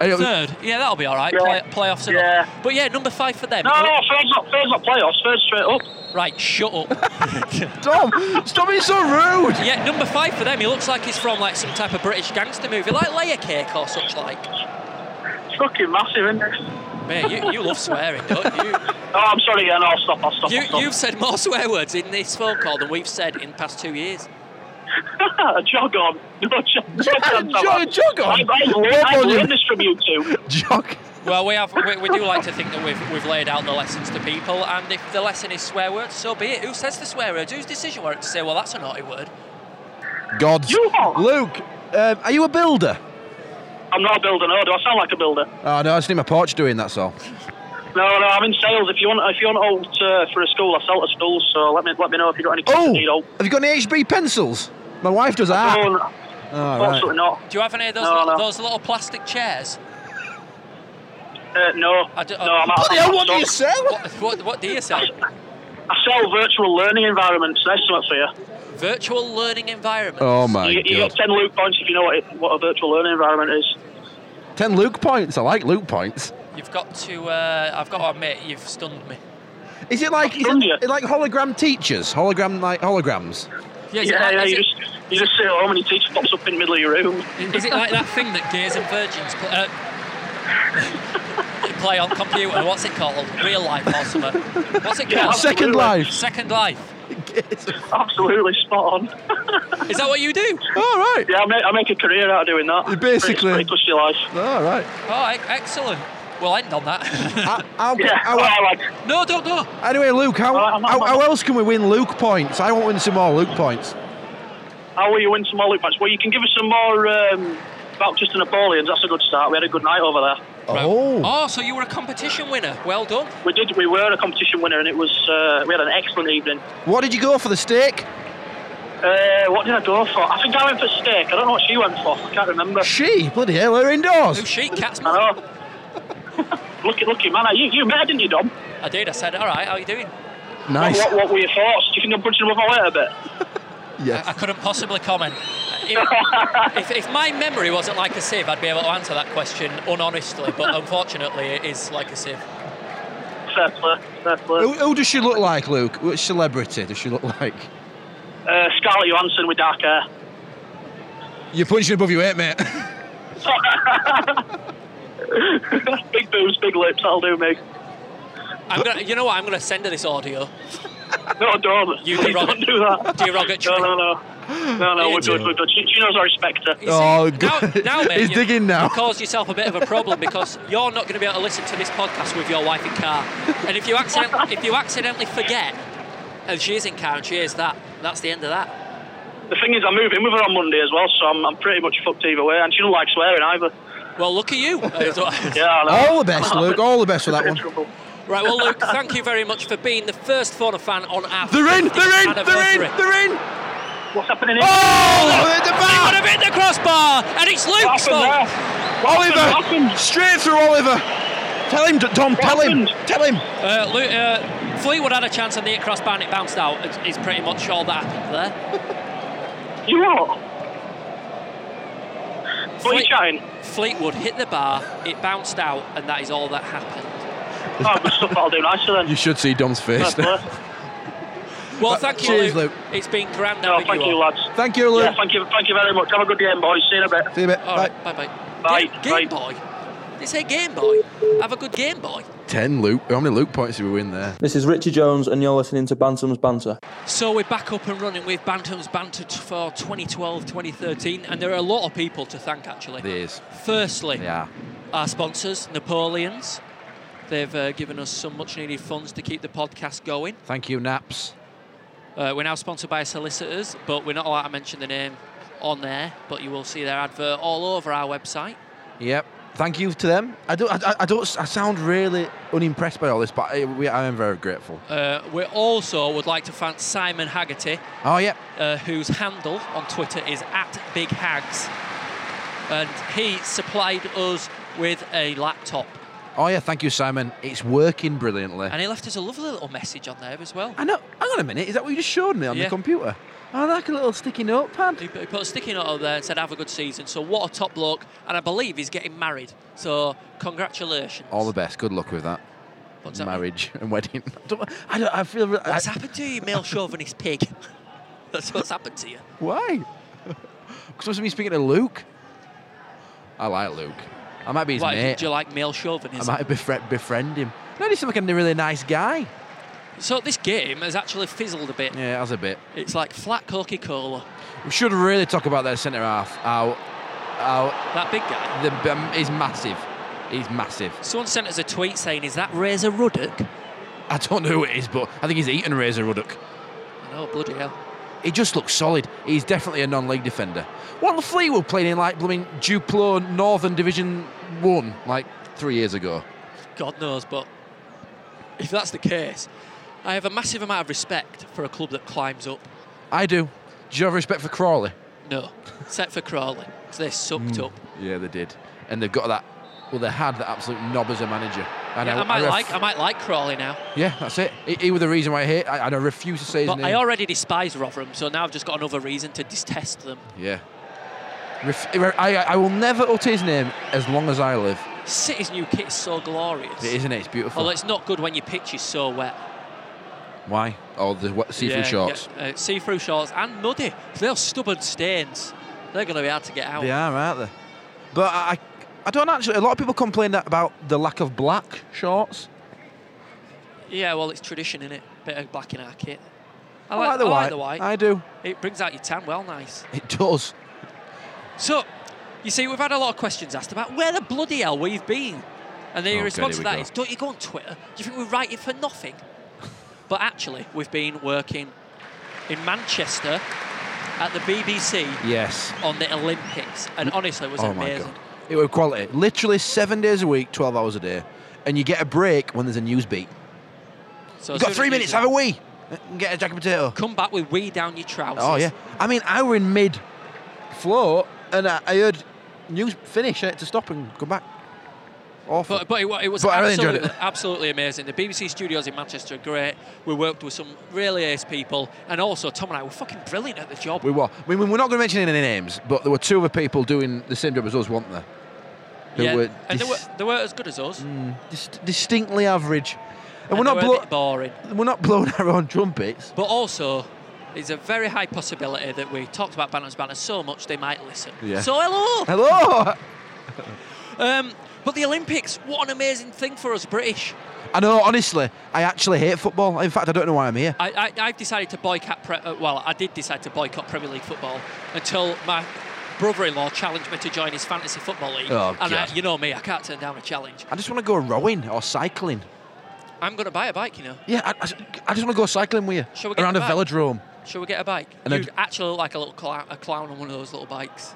[SPEAKER 3] I don't-
[SPEAKER 4] Third, yeah, that'll be all right. Play,
[SPEAKER 8] Yeah.
[SPEAKER 4] playoffs and all.
[SPEAKER 8] Yeah.
[SPEAKER 4] But yeah, number five for them.
[SPEAKER 8] No, no, third's not, third's not playoffs. Third's straight up.
[SPEAKER 4] Right, shut up.
[SPEAKER 3] Dom, stop being so rude.
[SPEAKER 4] yeah, number five for them. He looks like he's from like some type of British gangster movie, like Layer Cake or such like.
[SPEAKER 8] It's fucking massive, isn't it?
[SPEAKER 4] Mate, you, you love swearing, don't you?
[SPEAKER 8] Oh, I'm sorry, yeah, no, I'll stop, I'll stop,
[SPEAKER 4] You,
[SPEAKER 8] I'll stop.
[SPEAKER 4] you've said more swear words in this phone call than we've said in the past two years.
[SPEAKER 8] a jog on. No, jog,
[SPEAKER 3] jog- jog on?
[SPEAKER 8] I, I,
[SPEAKER 3] Where
[SPEAKER 8] I, I
[SPEAKER 3] were you?
[SPEAKER 8] learned this from you two.
[SPEAKER 3] Jock.
[SPEAKER 4] Well, we have. We, we do like to think that we've, we've laid out the lessons to people, and if the lesson is swear words, so be it. Who says the swear words? Whose decision were it to say, well, that's a naughty word?
[SPEAKER 3] Gods.
[SPEAKER 8] You are.
[SPEAKER 3] Luke, um, are you a builder?
[SPEAKER 8] I'm not a builder, no. Do I sound like a builder?
[SPEAKER 3] Oh, no, I just need my porch doing, that's all.
[SPEAKER 8] No, no, I'm in sales. If you want, if you want old uh, for a school, I sell at schools. So let me let me know if you got any kids that
[SPEAKER 3] Oh,
[SPEAKER 8] need old.
[SPEAKER 3] have you got any HB pencils? My wife does
[SPEAKER 8] No,
[SPEAKER 3] that.
[SPEAKER 8] no,
[SPEAKER 3] Oh,
[SPEAKER 8] absolutely
[SPEAKER 3] Ah. right.
[SPEAKER 8] not.
[SPEAKER 4] Do you have any of those,
[SPEAKER 8] No,
[SPEAKER 4] little,
[SPEAKER 8] no.
[SPEAKER 4] those little plastic chairs?
[SPEAKER 8] Uh, no,
[SPEAKER 4] I do-
[SPEAKER 8] no, I'm out.
[SPEAKER 3] Bloody hell, what do you
[SPEAKER 8] I
[SPEAKER 3] sell?
[SPEAKER 4] What, what, what do you say?
[SPEAKER 8] sell virtual learning environments. That's something for you.
[SPEAKER 4] Virtual learning environment.
[SPEAKER 3] Oh, my
[SPEAKER 8] you, you get
[SPEAKER 3] God.
[SPEAKER 8] ten loot points if you know what it, what a virtual learning environment is.
[SPEAKER 3] Ten Luke points. I like Luke points.
[SPEAKER 4] You've got to. Uh, I've got to admit, you've stunned me.
[SPEAKER 3] Is it like is
[SPEAKER 8] India.
[SPEAKER 3] it, it like hologram teachers? Hologram like holograms.
[SPEAKER 4] Yeah, is,
[SPEAKER 8] yeah,
[SPEAKER 4] it
[SPEAKER 8] yeah.
[SPEAKER 4] like,
[SPEAKER 8] You
[SPEAKER 4] is,
[SPEAKER 8] just you just sit at home and your teacher pops up in the middle of your room.
[SPEAKER 4] it, is it like that thing that gays and virgins pl- uh, play on computer. What's it called? Real life or something. What's it
[SPEAKER 8] Yeah,
[SPEAKER 4] called?
[SPEAKER 3] Second
[SPEAKER 8] Absolutely.
[SPEAKER 3] life.
[SPEAKER 4] Second Life.
[SPEAKER 8] Absolutely spot on.
[SPEAKER 4] Is that what you do?
[SPEAKER 3] All right.
[SPEAKER 8] Yeah, I make, I make a career out of doing that.
[SPEAKER 3] You basically-
[SPEAKER 8] Pretty, pretty close to your life.
[SPEAKER 3] All right.
[SPEAKER 4] Oh, e- excellent. We'll end on that.
[SPEAKER 3] I, I'll,
[SPEAKER 8] Yeah,
[SPEAKER 3] I,
[SPEAKER 8] all right, lads.
[SPEAKER 4] no, don't go.
[SPEAKER 3] anyway, Luke, how,
[SPEAKER 8] Well, I'm- I'm-
[SPEAKER 3] how, how else can we win Luke points? I want to win some more Luke points.
[SPEAKER 8] How will you win some more look match? Well, you can give us some more um, vouchers to Napoleons. That's a good start. We had a good night over there.
[SPEAKER 4] Right.
[SPEAKER 3] Oh.
[SPEAKER 4] Oh, so you were a competition winner. Well done.
[SPEAKER 8] We did. We were a competition winner, and it was. Uh, we had an excellent evening.
[SPEAKER 3] What did you go for the steak?
[SPEAKER 8] Uh, what did I go for? I think I went for steak. I don't know what she went for. I can't remember.
[SPEAKER 3] She. Bloody hell, we're indoors.
[SPEAKER 4] Who she? Catsman.
[SPEAKER 8] I know. lucky, lucky man. You, you met her, didn't you, Dom?
[SPEAKER 4] I did. I said, all right, how you doing?
[SPEAKER 3] Nice.
[SPEAKER 8] What, what were your thoughts? Do you think I'm punching above my weight a bit?
[SPEAKER 3] Yes.
[SPEAKER 4] I couldn't possibly comment. If, if, if my memory wasn't like a sieve, I'd be able to answer that question unhonestly, but unfortunately, it is like a sieve.
[SPEAKER 8] Fair play. Fair play.
[SPEAKER 3] Who, who does she look like, Luke? Which celebrity does she look like?
[SPEAKER 8] Uh, Scarlett Johansson with dark hair.
[SPEAKER 3] You're punching above your weight, mate.
[SPEAKER 8] big boobs, big lips. That'll do me.
[SPEAKER 4] I'm gonna, you know what? I'm going to send her this audio.
[SPEAKER 8] No, don't.
[SPEAKER 4] You
[SPEAKER 8] Please
[SPEAKER 4] derog-
[SPEAKER 8] don't do that.
[SPEAKER 4] derogatory.
[SPEAKER 8] No, no, no. No, no, we're
[SPEAKER 4] Idiot.
[SPEAKER 8] good, we're good. She, she knows I respect her.
[SPEAKER 4] You see,
[SPEAKER 3] Oh,
[SPEAKER 4] now,
[SPEAKER 3] God.
[SPEAKER 4] now, mate,
[SPEAKER 3] He's
[SPEAKER 4] you-
[SPEAKER 3] digging now.
[SPEAKER 4] You caused yourself a bit of a problem because you're not going to be able to listen to this podcast with your wife in car. And if you accident, if you accidentally forget, and she is in car and she is that, that's the end of that.
[SPEAKER 8] The thing is, I'm moving with her on Monday as well, so I'm, I'm pretty much fucked either way. And she don't like swearing either.
[SPEAKER 4] Well, look at you. Uh, is what-
[SPEAKER 8] Yeah, I know.
[SPEAKER 3] All the best, Luke. All the best for that
[SPEAKER 8] In
[SPEAKER 3] one.
[SPEAKER 8] trouble.
[SPEAKER 4] Right, well, Luke, thank you very much for being the first Fauna fan on our.
[SPEAKER 3] They're in!
[SPEAKER 4] 50th
[SPEAKER 3] They're in! They're in!
[SPEAKER 4] anniversary.
[SPEAKER 3] They're in!
[SPEAKER 8] What's happening here?
[SPEAKER 3] Oh! they're at the
[SPEAKER 4] He would
[SPEAKER 3] bar!
[SPEAKER 4] have hit the crossbar, and it's
[SPEAKER 8] what
[SPEAKER 4] Luke's
[SPEAKER 8] happened
[SPEAKER 4] fault.
[SPEAKER 8] there? What happened? What
[SPEAKER 3] Oliver!
[SPEAKER 8] happened?
[SPEAKER 3] Straight through Oliver! Tell him, D- Tom, tell him!
[SPEAKER 8] happened?
[SPEAKER 3] Tell him!
[SPEAKER 4] Uh, Lu uh, Fleetwood had a chance on the hit crossbar, and it bounced out. It's- It's pretty much all that happened there.
[SPEAKER 8] You what? What are you
[SPEAKER 4] Fleet-
[SPEAKER 8] chatting?
[SPEAKER 4] Fleetwood hit the bar, it bounced out, and that is all that happened.
[SPEAKER 8] Oh, good stuff. That'll do nicer then.
[SPEAKER 3] You should see Dom's face.
[SPEAKER 8] Fair play.
[SPEAKER 4] Well, thank you,
[SPEAKER 3] cheers,
[SPEAKER 4] Luke.
[SPEAKER 3] Luke.
[SPEAKER 4] It's been grand
[SPEAKER 8] No,
[SPEAKER 4] having
[SPEAKER 8] Oh, thank
[SPEAKER 4] you.
[SPEAKER 8] you,
[SPEAKER 4] on.
[SPEAKER 8] lads.
[SPEAKER 3] Thank you, Luke.
[SPEAKER 8] Yeah, thank you, thank you very much. Have a good day, boys. See you in a bit.
[SPEAKER 3] See you, mate.
[SPEAKER 4] All
[SPEAKER 3] Bye.
[SPEAKER 4] right, bye bye.
[SPEAKER 8] Bye,
[SPEAKER 4] Game, Game Boy. They say Game Boy. Have a good Game Boy.
[SPEAKER 3] Ten Luke. How many Luke points did we win there?
[SPEAKER 9] This is Richie Jones, and you're listening to Bantam's Banter.
[SPEAKER 4] So we're back up and running with Bantam's Banter t- for 2012 2013, and there are a lot of people to thank actually.
[SPEAKER 3] There's.
[SPEAKER 4] Firstly,
[SPEAKER 3] Yeah.
[SPEAKER 4] our sponsors, Napoleons. They've uh, given us some much needed funds to keep the podcast going.
[SPEAKER 3] Thank you, Naps.
[SPEAKER 4] Uh, we're now sponsored by solicitors, but we're not allowed to mention the name on there, but you will see their advert all over our website.
[SPEAKER 3] Yep. Thank you to them. I don't. I, I- I don't. I sound really unimpressed by all this, but I, we, I am very grateful.
[SPEAKER 4] Uh, we also would like to thank Simon Haggerty,
[SPEAKER 3] Oh yeah.
[SPEAKER 4] uh, whose handle on Twitter is at Big Hags, and he supplied us with a laptop,
[SPEAKER 3] Oh yeah. Thank you, Simon. It's working brilliantly.
[SPEAKER 4] and he left us a lovely little message on there as well.
[SPEAKER 3] I know. Hang on a minute. Is that what you just showed me on
[SPEAKER 4] Yeah.
[SPEAKER 3] the computer? Oh, like a little sticky notepad.
[SPEAKER 4] He put he put a sticky note out there and said, "Have a good season." So what a top bloke, and I believe he's getting married. So congratulations.
[SPEAKER 3] All the best. Good luck with that.
[SPEAKER 4] What's that mean?
[SPEAKER 3] Marriage and wedding. I don't. I, don't, I feel. re- I-
[SPEAKER 4] What's happened to you, male chauvinist pig? That's what's happened to you.
[SPEAKER 3] Why? Because me speaking to Luke. I like Luke. I might be his
[SPEAKER 4] Why
[SPEAKER 3] mate.
[SPEAKER 4] do you like male
[SPEAKER 3] I
[SPEAKER 4] chauvinism?
[SPEAKER 3] might befri- befriend him. No, he seemed like a really nice guy.
[SPEAKER 4] So this game has actually fizzled a bit.
[SPEAKER 3] Yeah, that's a bit.
[SPEAKER 4] It's like flat Coca-Cola.
[SPEAKER 3] We should really talk about their centre half. How, how
[SPEAKER 4] That big guy.
[SPEAKER 3] the, um, he's massive. He's massive.
[SPEAKER 4] Someone sent us a tweet saying, "Is that Razor Ruddock?"
[SPEAKER 3] I don't know who it is, but I think he's eaten Razor Ruddock.
[SPEAKER 4] Oh bloody hell!
[SPEAKER 3] He just looks solid. He's definitely a non-league defender. What the Fleetwood playing in like blooming Duplo Northern Division One like three years ago?
[SPEAKER 4] God knows, but if that's the case, I have a massive amount of respect for a club that climbs up.
[SPEAKER 3] I do. Do you have respect for Crawley?
[SPEAKER 4] No, except for Crawley, 'cause they sucked
[SPEAKER 3] Hmm.
[SPEAKER 4] up.
[SPEAKER 3] Yeah, they did. And they've got that. Well, they had that absolute knob as a manager. And
[SPEAKER 4] Yeah, I might
[SPEAKER 3] ref-
[SPEAKER 4] like, I might like Crawley now,
[SPEAKER 3] Yeah, that's it. He, he was the reason why I hate. I, and I refuse to say his
[SPEAKER 4] but
[SPEAKER 3] name.
[SPEAKER 4] I already despise Rotherham, so now I've just got another reason to detest them.
[SPEAKER 3] Yeah. Ref- I, I- I will never utter his name as long as I live.
[SPEAKER 4] City's new kit is so glorious.
[SPEAKER 3] It isn't it? It's beautiful.
[SPEAKER 4] Although it's not good when your pitch is so wet.
[SPEAKER 3] Why? Oh, the wet see-through
[SPEAKER 4] Yeah,
[SPEAKER 3] shorts.
[SPEAKER 4] yeah, uh, see-through shorts and Oh. muddy. They're stubborn stains. They're going to be hard to get out.
[SPEAKER 3] are, aren't they? But I, I don't actually. A lot of people complain that about the lack of black shorts.
[SPEAKER 4] Yeah, well, it's tradition, in it? Bit of black in our kit.
[SPEAKER 3] I like, the,
[SPEAKER 4] I
[SPEAKER 3] white.
[SPEAKER 4] like the white.
[SPEAKER 3] I do.
[SPEAKER 4] It brings out your tan well nice.
[SPEAKER 3] It does.
[SPEAKER 4] So, you see, we've had a lot of questions asked about where the bloody hell we've been. And the
[SPEAKER 3] Okay,
[SPEAKER 4] response to
[SPEAKER 3] here we
[SPEAKER 4] that
[SPEAKER 3] go.
[SPEAKER 4] is, don't you go on Twitter? Do you think we write it for nothing? but actually, we've been working in Manchester at the BBC
[SPEAKER 3] Yes.
[SPEAKER 4] on the Olympics. And honestly, it was
[SPEAKER 3] oh my
[SPEAKER 4] amazing.
[SPEAKER 3] god. It was quality. Literally seven days a week, twelve hours a day, and you get a break when there's a news beat.
[SPEAKER 4] So
[SPEAKER 3] You've
[SPEAKER 4] as
[SPEAKER 3] got
[SPEAKER 4] soon
[SPEAKER 3] three
[SPEAKER 4] as
[SPEAKER 3] minutes.
[SPEAKER 4] you-
[SPEAKER 3] Have a wee. And get a jacket potato.
[SPEAKER 4] Come back with wee down your trousers.
[SPEAKER 3] Oh yeah. I mean, I were in mid floor, and I, I heard news finish. I had to stop and go back. Awful.
[SPEAKER 4] But, but it, wa- it was
[SPEAKER 3] But I really enjoyed
[SPEAKER 4] absolutely,
[SPEAKER 3] it.
[SPEAKER 4] absolutely amazing. The BBC studios in Manchester are great. We worked with some really ace people, and also Tom and I were fucking brilliant at the job.
[SPEAKER 3] we were. I mean, we're not going to mention any names, but there were two other people doing the same job as us, weren't there? Who
[SPEAKER 4] yeah,
[SPEAKER 3] were
[SPEAKER 4] and they, were,
[SPEAKER 3] dis- Hmm.
[SPEAKER 4] they weren't as good as us.
[SPEAKER 3] dist- distinctly average, and,
[SPEAKER 4] and
[SPEAKER 3] we're
[SPEAKER 4] they
[SPEAKER 3] not
[SPEAKER 4] were a
[SPEAKER 3] blo-
[SPEAKER 4] bit boring.
[SPEAKER 3] we're not blowing our own trumpets.
[SPEAKER 4] But also, there's a very high possibility that we talked about Bannon's Banner so much they might listen.
[SPEAKER 3] Yeah.
[SPEAKER 4] So hello.
[SPEAKER 3] Hello.
[SPEAKER 4] Um, but the Olympics, what an amazing thing for us British.
[SPEAKER 3] I know. Honestly, I actually hate football. In fact, I don't know why I'm here.
[SPEAKER 4] I, I, I've decided to boycott. Pre- uh, well, I did decide to boycott Premier League football until my brother-in-law challenged me to join his fantasy football league.
[SPEAKER 3] Oh,
[SPEAKER 4] and I,
[SPEAKER 3] God.
[SPEAKER 4] you know me, I can't turn down a challenge.
[SPEAKER 3] I just want to go rowing or cycling.
[SPEAKER 4] I'm going to buy a bike, you know.
[SPEAKER 3] Yeah, I, I- I just want to go cycling with you
[SPEAKER 4] Shall we get
[SPEAKER 3] around a
[SPEAKER 4] back?
[SPEAKER 3] velodrome.
[SPEAKER 4] Shall we get a bike?
[SPEAKER 3] And
[SPEAKER 4] You'd
[SPEAKER 3] I'd-
[SPEAKER 4] actually look like a little clown, a clown on one of those little bikes.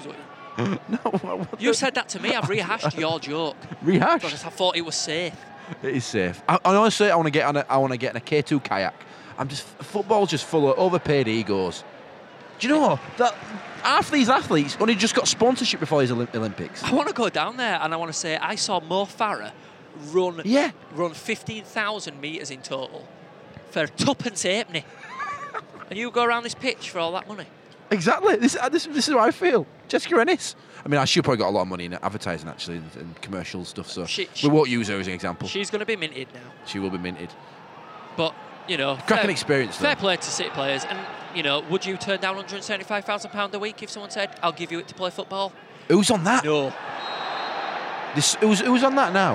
[SPEAKER 4] Is what you-
[SPEAKER 3] No, what, what
[SPEAKER 4] You
[SPEAKER 3] the-
[SPEAKER 4] said that to me. I've rehashed your joke
[SPEAKER 3] rehash.
[SPEAKER 4] because I thought it was safe.
[SPEAKER 3] It is safe. I, I honestly, I want to get on. A, I want to get in a K two kayak. I'm just football's just full of overpaid egos. Do you know that half these athletes only just got sponsorship before these Olymp- Olympics?
[SPEAKER 4] I want to go down there and I want to say I saw Mo Farah run
[SPEAKER 3] Yeah.
[SPEAKER 4] run 15,000 metres in total for tuppence halfpenny. and you go around this pitch for all that money.
[SPEAKER 3] Exactly. This, uh, this, this is how I feel. Jessica Ennis. I mean, I should probably got a lot of money in advertising actually and, and commercial stuff. So
[SPEAKER 4] She-
[SPEAKER 3] we won't use her as an example. She,
[SPEAKER 4] She's going to be minted now.
[SPEAKER 3] will be minted.
[SPEAKER 4] But, you know.
[SPEAKER 3] Cracking experience, though.
[SPEAKER 4] Fair play to City players. And, you know, would you turn down £175,000 a week if someone said, I'll give you it to play football?
[SPEAKER 3] Who's on that?
[SPEAKER 4] No.
[SPEAKER 3] This, who's, who's on that now?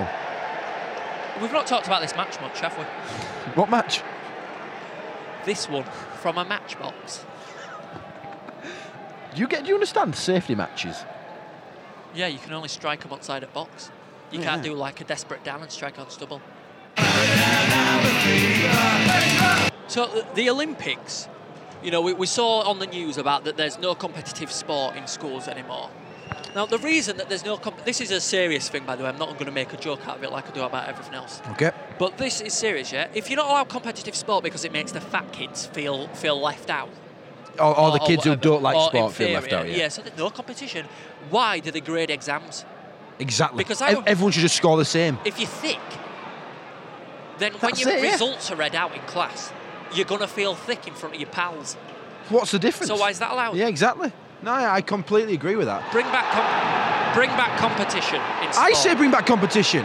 [SPEAKER 4] We've not talked about this match much, have we?
[SPEAKER 3] What match?
[SPEAKER 4] This one from a matchbox.
[SPEAKER 3] Do you get? Do you understand safety matches?
[SPEAKER 4] Yeah, you can only strike them outside a box. You can't do like a desperate down and strike on stubble. So th- the Olympics, you know, we, we saw on the news about that there's no competitive sport in schools anymore. Now the reason that there's no comp- this is a serious thing by the way. I'm not going to make a joke out of it like I do about everything else.
[SPEAKER 3] Okay.
[SPEAKER 4] But this is serious, yeah. If you're not allowed competitive sport because it makes the fat kids feel feel left out,
[SPEAKER 3] Or, or the kids who
[SPEAKER 4] whatever,
[SPEAKER 3] don't like
[SPEAKER 4] Oh, uh, or
[SPEAKER 3] sport feel left
[SPEAKER 4] inferior,
[SPEAKER 3] out. Yeah.
[SPEAKER 4] yeah, so there's no competition. Why do they grade exams?
[SPEAKER 3] Exactly.
[SPEAKER 4] Because I
[SPEAKER 3] Ev-
[SPEAKER 4] don't-
[SPEAKER 3] everyone should just score the same.
[SPEAKER 4] if you're thick, then when
[SPEAKER 3] That's
[SPEAKER 4] your
[SPEAKER 3] it, yeah.
[SPEAKER 4] results are read out in class, you're gonna feel thick in front of your pals.
[SPEAKER 3] What's the difference?
[SPEAKER 4] So why is that allowed?
[SPEAKER 3] Yeah, exactly. No, I I completely agree with that.
[SPEAKER 4] Bring back, com- bring back competition in sport.
[SPEAKER 3] I say bring back competition.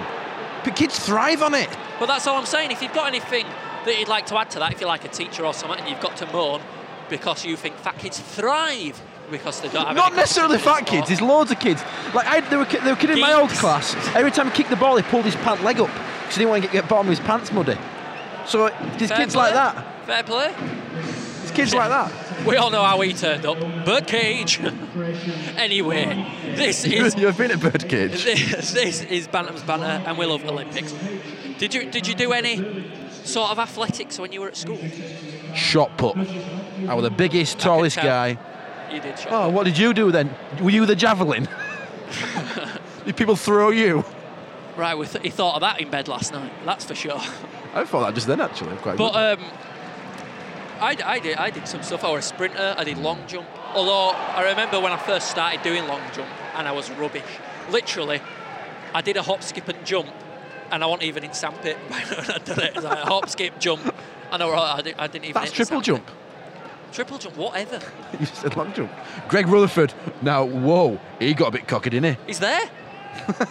[SPEAKER 3] But kids thrive on it.
[SPEAKER 4] but that's all I'm saying. If you've got anything that you'd like to add to that, if you're like a teacher or something, and you've got to moan because you think fat kids thrive because they don't have
[SPEAKER 3] Not
[SPEAKER 4] any
[SPEAKER 3] necessarily fat
[SPEAKER 4] competition in
[SPEAKER 3] kids. There's
[SPEAKER 4] sport.
[SPEAKER 3] loads of kids. Like I, there were ki- there were a kid in my old
[SPEAKER 4] Geeks.
[SPEAKER 3] class. Every time he kicked the ball, he pulled his pant leg up because he didn't want to get, get bottom of his pants muddy. So there's
[SPEAKER 4] Fair
[SPEAKER 3] kids
[SPEAKER 4] play.
[SPEAKER 3] like that.
[SPEAKER 4] Fair play.
[SPEAKER 3] There's kids like that.
[SPEAKER 4] We all know how he turned up. Birdcage. anyway, this is
[SPEAKER 3] You've been at birdcage.
[SPEAKER 4] this, this is Bantam's banner, and we love Olympics. Did you did you do any sort of athletics when you were at school?
[SPEAKER 3] Shot put. I was the biggest, tallest
[SPEAKER 4] tell.
[SPEAKER 3] guy.
[SPEAKER 4] You did. Sean.
[SPEAKER 3] Oh, what did you do then? Were you the javelin? did people throw you?
[SPEAKER 4] Right, we th- he thought of that in bed last night. That's for sure.
[SPEAKER 3] I thought that just then actually. Quite
[SPEAKER 4] But um, I, d- I did I did some stuff. I was a sprinter. I did long jump. Although I remember when I first started doing long jump, and I was rubbish. Literally, I did a hop, skip, and jump, and I wasn't even in sandpit when I done it. It was like a hop, skip, jump. I know I, di- I didn't even.
[SPEAKER 3] That's
[SPEAKER 4] hit the
[SPEAKER 3] triple
[SPEAKER 4] sandpit.
[SPEAKER 3] jump.
[SPEAKER 4] Triple jump, whatever.
[SPEAKER 3] you said long jump. Greg Rutherford. Now, whoa, he got a bit cocky, didn't
[SPEAKER 4] He's there.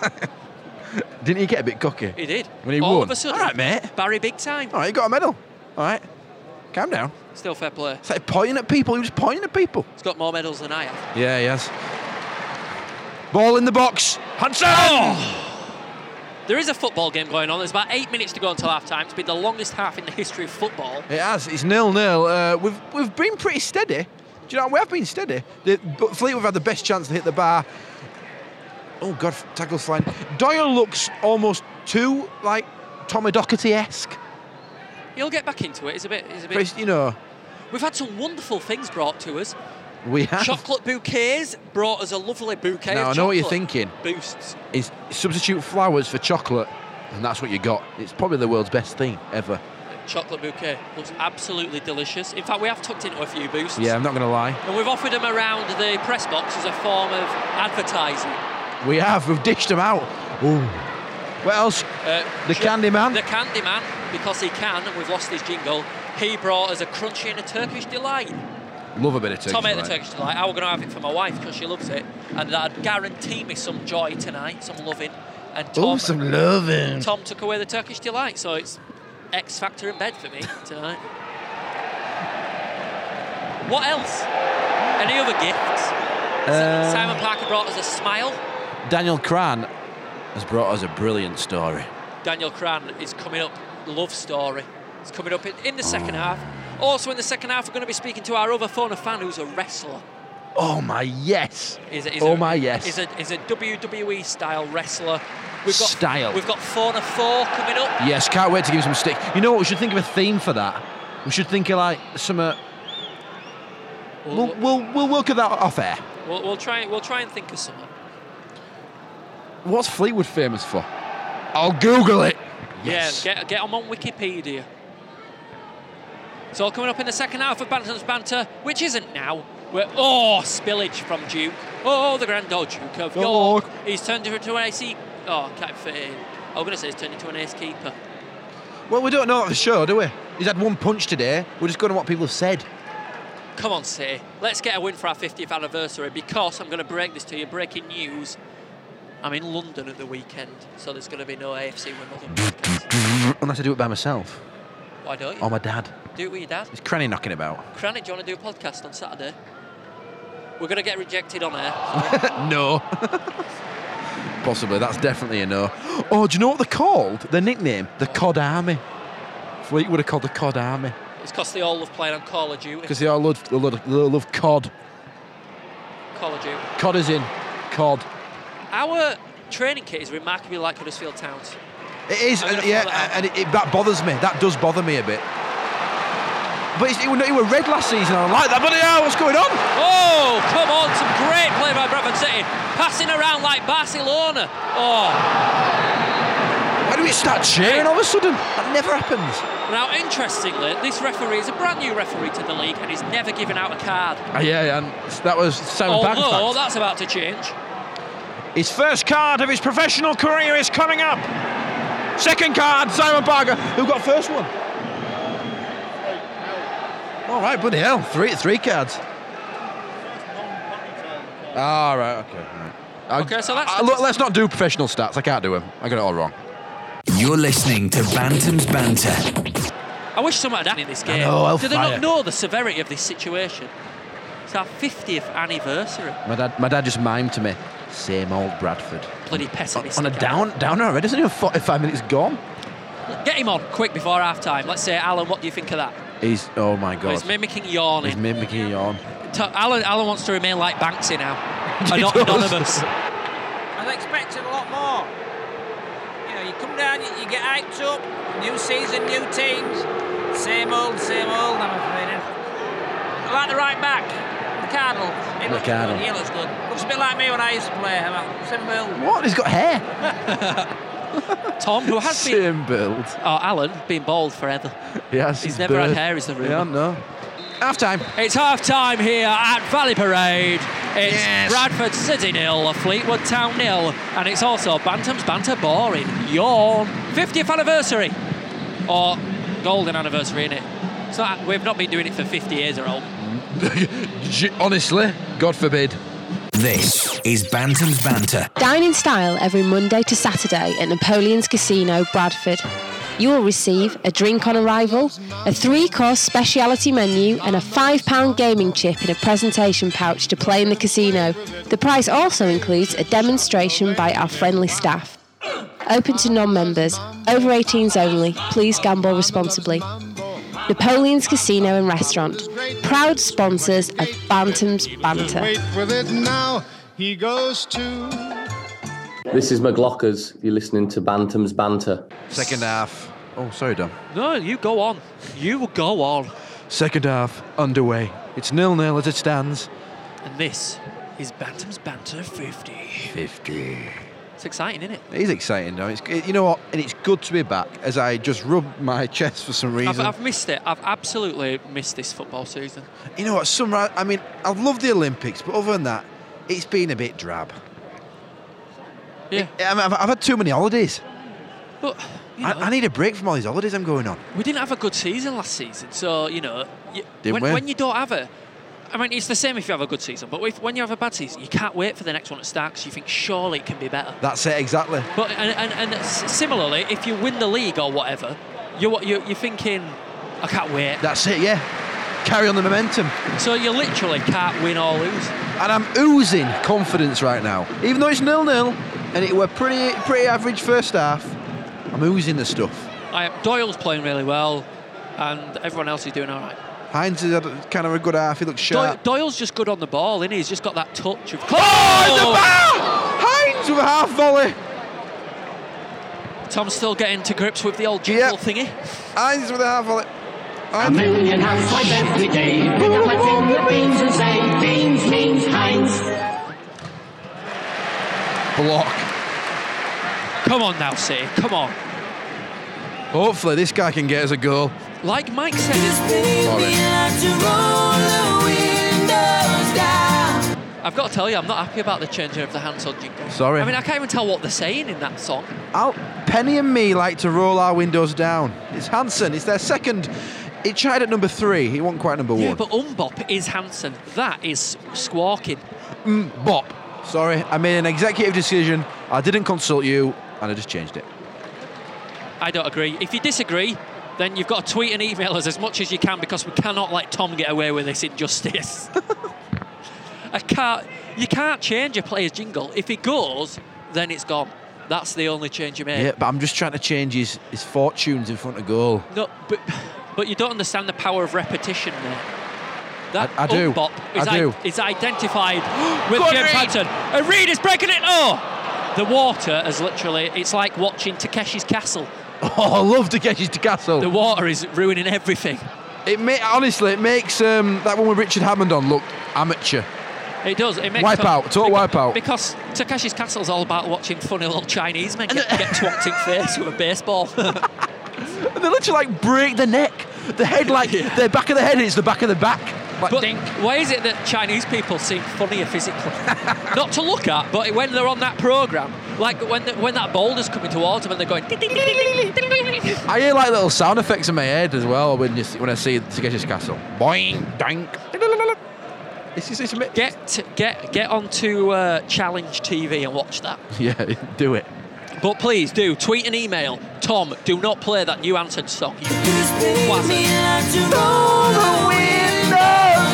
[SPEAKER 3] he? Didn't he get a bit cocky?
[SPEAKER 4] He did.
[SPEAKER 3] When he
[SPEAKER 4] All
[SPEAKER 3] won.
[SPEAKER 4] of a sudden.
[SPEAKER 3] All right, mate.
[SPEAKER 4] Barry big time.
[SPEAKER 3] All right, he got a medal. All right, calm down.
[SPEAKER 4] Still fair play.
[SPEAKER 3] It's like pointing at people. He was pointing at people.
[SPEAKER 4] He's got more medals than I have.
[SPEAKER 3] Yeah, he has. Ball in the box. Hansen!
[SPEAKER 4] There is a football game going on. There's about eight minutes to go until half time. It's been the longest half in the history of football.
[SPEAKER 3] It has. It's nil nil. Uh, we've we've been pretty steady. Do you know we have been steady? The, but Fleetwood have had the best chance to hit the bar. Oh God, tackle flying. Doyle looks almost too like Tommy Docherty esque.
[SPEAKER 4] He'll get back into it. It's a bit. It's a bit.
[SPEAKER 3] You know,
[SPEAKER 4] We've had some wonderful things brought to us.
[SPEAKER 3] we have.
[SPEAKER 4] Chocolate bouquets brought us a lovely bouquet.
[SPEAKER 3] Now,
[SPEAKER 4] of
[SPEAKER 3] I know what you're
[SPEAKER 4] chocolate
[SPEAKER 3] thinking.
[SPEAKER 4] Boosts.
[SPEAKER 3] Is substitute flowers for chocolate, and that's what you got. It's probably the world's best thing ever.
[SPEAKER 4] Chocolate bouquet looks absolutely delicious. In fact, we have tucked into a few boosts.
[SPEAKER 3] Yeah, I'm not going to lie.
[SPEAKER 4] And we've offered them around the press box as a form of advertising.
[SPEAKER 3] We have. We've dished them out. Ooh. What else?
[SPEAKER 4] Uh,
[SPEAKER 3] The
[SPEAKER 4] Ju-
[SPEAKER 3] Candy Man.
[SPEAKER 4] The Candy Man, because he can, and we've lost his jingle. He brought us a crunchy and a Turkish delight.
[SPEAKER 3] Love a bit of Turkish.
[SPEAKER 4] Tom ate the
[SPEAKER 3] delight.
[SPEAKER 4] Turkish delight. I was going to have it for my wife because she loves it, and that'd guarantee me some joy tonight, some loving. And Tom,
[SPEAKER 3] Ooh, some loving.
[SPEAKER 4] Tom took away the Turkish delight, so it's X Factor in bed for me tonight. What else? Any other gifts?
[SPEAKER 3] Uh,
[SPEAKER 4] Simon Parker brought us a smile.
[SPEAKER 3] Daniel Cran has brought us a brilliant story.
[SPEAKER 4] Daniel Cran is coming up. Love story. It's coming up in, in the second half. Also in the second half, we're going to be speaking to our other phone a fan who's a wrestler.
[SPEAKER 3] Oh my yes!
[SPEAKER 4] Is, is
[SPEAKER 3] oh
[SPEAKER 4] a,
[SPEAKER 3] my yes!
[SPEAKER 4] Is a, is a WWE style wrestler. We've got
[SPEAKER 3] Style.
[SPEAKER 4] We've got Fauna Four coming up.
[SPEAKER 3] yes, can't wait to give him some stick. You know what? We should think of a theme for that. We should think of like some. Uh,
[SPEAKER 4] We'll,
[SPEAKER 3] we'll,
[SPEAKER 4] we'll,
[SPEAKER 3] we'll we'll work at that off air.
[SPEAKER 4] we'll try we'll try and think of something.
[SPEAKER 3] What's Fleetwood famous for? I'll Google it. Yes.
[SPEAKER 4] Yeah, get get 'em on Wikipedia. It's all coming up in the second half of Bantam's banter, which isn't now. We're oh spillage from Duke. Oh, the Grand Old Duke of York.
[SPEAKER 3] York.
[SPEAKER 4] He's turned into an AC. Oh, can't fit in. I was going to say he's turned into an ace keeper.
[SPEAKER 3] Well, we don't know that for sure, do we? He's had one punch today. We're just going on what people have said.
[SPEAKER 4] Come on, City. Let's get a win for our 50th anniversary because I'm going to break this to you. Breaking news. I'm in London at the weekend, so there's going to be no AFC Wimbledon podcast.
[SPEAKER 3] Unless I do it by myself
[SPEAKER 4] Why don't you?
[SPEAKER 3] or my dad.
[SPEAKER 4] Do it with your dad.
[SPEAKER 3] Is Cranny knocking about?
[SPEAKER 4] Cranny, do you want to do a podcast on Saturday? We're going to get rejected on air.
[SPEAKER 3] No. Possibly. That's definitely a no. Oh, do you know what they're called? Their nickname? The Cod Army. Fleetwood are called the Cod Army
[SPEAKER 4] It's because they all love playing on Call of Duty.
[SPEAKER 3] because they all love, they love, they love cod.
[SPEAKER 4] Call of Duty.
[SPEAKER 3] Cod is in. Cod.
[SPEAKER 4] Our training kit is remarkably like Huddersfield Town's.
[SPEAKER 3] It is,
[SPEAKER 4] I'm gonna
[SPEAKER 3] and, yeah,
[SPEAKER 4] pull it out.
[SPEAKER 3] and it, it- that bothers me. That does bother me a bit. But it's, it, were- it were red last season, and I'm like, that bloody hell, what's going on?
[SPEAKER 4] Oh, come on, some great play by Bradford City. Passing around like Barcelona. Oh,
[SPEAKER 3] Why do we start cheering all of a sudden? That never happens.
[SPEAKER 4] Now, interestingly, this referee is a brand new referee to the league and he's never given out a card.
[SPEAKER 3] Ah, yeah, and that was Simon
[SPEAKER 4] Although that's about to change.
[SPEAKER 3] His first card of his professional career is coming up. Second card, Simon Parker. Who got first one? All right, bloody hell, three three cards. All right, okay. all right. I-
[SPEAKER 4] Okay, so that's
[SPEAKER 3] I-
[SPEAKER 4] the-
[SPEAKER 3] look, let's not do professional stats. I can't do them. I got it all wrong.
[SPEAKER 1] You're listening to Bantam's Banter.
[SPEAKER 4] I wish someone had happened in this game.
[SPEAKER 3] know,
[SPEAKER 4] Do they
[SPEAKER 3] hellfire.
[SPEAKER 4] not know the severity of this situation? It's our 50th anniversary.
[SPEAKER 3] My dad, my dad just mimed to me, "Same old Bradford."
[SPEAKER 4] Bloody pessimist.
[SPEAKER 3] On a down downer already. Isn't even forty-five minutes gone.
[SPEAKER 4] Get him on quick before half time. Let's say, Alan, what do you think of that?
[SPEAKER 3] He's oh my god.
[SPEAKER 4] He's mimicking
[SPEAKER 3] He's
[SPEAKER 4] yawning.
[SPEAKER 3] mimicking you on.
[SPEAKER 4] Ta- Alan, Alan wants to remain like Banksy now.
[SPEAKER 3] He
[SPEAKER 4] Ano-
[SPEAKER 3] does.
[SPEAKER 4] anonymous.
[SPEAKER 10] I was expecting a lot more. You know, you come down, you, you get hyped up, new season, new teams. Same old, same old, I'm afraid. I like the right back, McArdle. He looks
[SPEAKER 3] McArdle.
[SPEAKER 10] good, he looks good. Looks a bit like me when I used to play, about same build.
[SPEAKER 3] What? He's got hair.
[SPEAKER 4] Tom, who has been.
[SPEAKER 3] Same build.
[SPEAKER 4] Oh, Alan, been bald forever.
[SPEAKER 3] Yes,
[SPEAKER 4] He's never had hair, is the rumour.
[SPEAKER 3] Yeah, no. Half time.
[SPEAKER 4] It's half time here at Valley Parade. It's
[SPEAKER 3] Yes.
[SPEAKER 4] Bradford City nil, Fleetwood Town nil, and it's also Bantam's Banter Boring. Yawn. 50th anniversary. Or golden anniversary, innit? It's not, we've not been doing it for 50 years or old.
[SPEAKER 3] Honestly, God forbid.
[SPEAKER 1] This is Bantam's Banter.
[SPEAKER 11] Dine in style every Monday to Saturday at Napoleon's Casino, Bradford. you will receive a drink on arrival, a three course speciality menu, and a £5 gaming chip in a presentation pouch to play in the casino. The price also includes a demonstration by our friendly staff. Open to non members, over 18s only, please gamble responsibly. Napoleon's Casino and Restaurant, proud sponsors of Bantam's Banter.
[SPEAKER 12] Wait with it now. He goes to.
[SPEAKER 13] This is McLaughlers. You're listening to Bantam's Banter.
[SPEAKER 3] Second half. Oh, sorry, Dom.
[SPEAKER 4] No, you go on. You go on.
[SPEAKER 3] Second half underway. It's nil nil as it stands.
[SPEAKER 4] And this is Bantam's Banter 50.
[SPEAKER 3] 50.
[SPEAKER 4] It's exciting, isn't it?
[SPEAKER 3] It is exciting, though. It's, it- you know what? And it's good to be back as I just rub my chest for some
[SPEAKER 4] I've,
[SPEAKER 3] reason.
[SPEAKER 4] I've missed it. I've absolutely missed this football season.
[SPEAKER 3] You know what? Some, I I mean, I love the Olympics, but other than that, it's been a bit drab.
[SPEAKER 4] Yeah.
[SPEAKER 3] I mean, I've, I've had too many holidays.
[SPEAKER 4] But
[SPEAKER 3] I, I need a break from all these holidays I'm going on.
[SPEAKER 4] we didn't have a good season last season, so you know, you,
[SPEAKER 3] Didn't
[SPEAKER 4] when,
[SPEAKER 3] we?
[SPEAKER 4] when you don't have a, I mean, it's the same if you have a good season, but if, when you have a bad season, you can't wait for the next one to start because you think surely it can be better.
[SPEAKER 3] That's it, exactly.
[SPEAKER 4] But and, and, and s- similarly, if you win the league or whatever, you're you're, you're thinking, I can't wait.
[SPEAKER 3] That's it, yeah. Carry on the momentum.
[SPEAKER 4] So you literally can't win or lose.
[SPEAKER 3] And I'm oozing confidence right now. Even though it's nil nil and it were pretty pretty average first half, I'm oozing the stuff.
[SPEAKER 4] I, Doyle's playing really well, and everyone else is doing all right.
[SPEAKER 3] Hines has had a- kind of a good half. He looks sharp.
[SPEAKER 4] Doyle- Doyle's just good on the ball, isn't he? He's just got that touch of.
[SPEAKER 3] Oh, Hines with a half volley.
[SPEAKER 4] Tom's still getting to grips with the old jingle thingy.
[SPEAKER 3] Hines with a half volley.
[SPEAKER 5] A million housewives every day pick up what's in the beans and say beans means Heinz.
[SPEAKER 3] Block.
[SPEAKER 4] Come on now, City. Come on.
[SPEAKER 3] Hopefully this guy can get us a goal.
[SPEAKER 4] Like Mike said, it's- I've got to tell you, I'm not happy about the changing of the hands on jingle.
[SPEAKER 3] Sorry.
[SPEAKER 4] I mean, I can't even tell what they're saying in that song.
[SPEAKER 3] Al, Penny and me like to roll our windows down. It's Hanson. It's their second. It tried at number three. He wasn't quite number
[SPEAKER 4] Yeah,
[SPEAKER 3] one.
[SPEAKER 4] but Umbop is Hanson. That is squawking.
[SPEAKER 3] Mm, bop. Sorry, I made an executive decision. I didn't consult you, and I just changed it.
[SPEAKER 4] I don't agree. If you disagree, then you've got to tweet and email us as much as you can because we cannot let Tom get away with this injustice. I can't. You can't change a player's jingle. If he goes, then it's gone. That's the only change you make.
[SPEAKER 3] Yeah, but I'm just trying to change his, his fortunes in front of goal.
[SPEAKER 4] No, but but you don't understand the power of repetition there. That
[SPEAKER 3] I do.
[SPEAKER 4] up bop
[SPEAKER 3] I
[SPEAKER 4] is, i-
[SPEAKER 3] do.
[SPEAKER 4] is identified with
[SPEAKER 3] Good
[SPEAKER 4] James
[SPEAKER 3] read.
[SPEAKER 4] Hanson. And Reed is breaking it. Oh, the water is literally. It's like watching Takeshi's Castle.
[SPEAKER 3] Oh, I love to get his to castle. The
[SPEAKER 4] water is ruining everything.
[SPEAKER 3] It ma- honestly, it makes um, that one with Richard Hammond on look amateur.
[SPEAKER 4] It does. It makes
[SPEAKER 3] Wipe out, total wipe out.
[SPEAKER 4] Because Takeshi's Castle's all about watching funny little Chinese men get, get twonked in face with a baseball.
[SPEAKER 3] They literally like break the neck, the head like the back of the head is the back of the back. Like,
[SPEAKER 4] but why is it that Chinese people seem funnier physically? Not to look at, but when they're on that program, like when the, when that boulder's coming towards them and they're going. "Ding, ding, ding, ding, ding, ding, ding, ding."
[SPEAKER 3] I hear like little sound effects in my head as well when you, see- when I see Takeshi's castle. Boing, dank. This is this.
[SPEAKER 4] Get get get onto uh, Challenge TV and watch that.
[SPEAKER 3] Yeah, do it.
[SPEAKER 4] But please do tweet and email. Tom, do not play that new answered song. You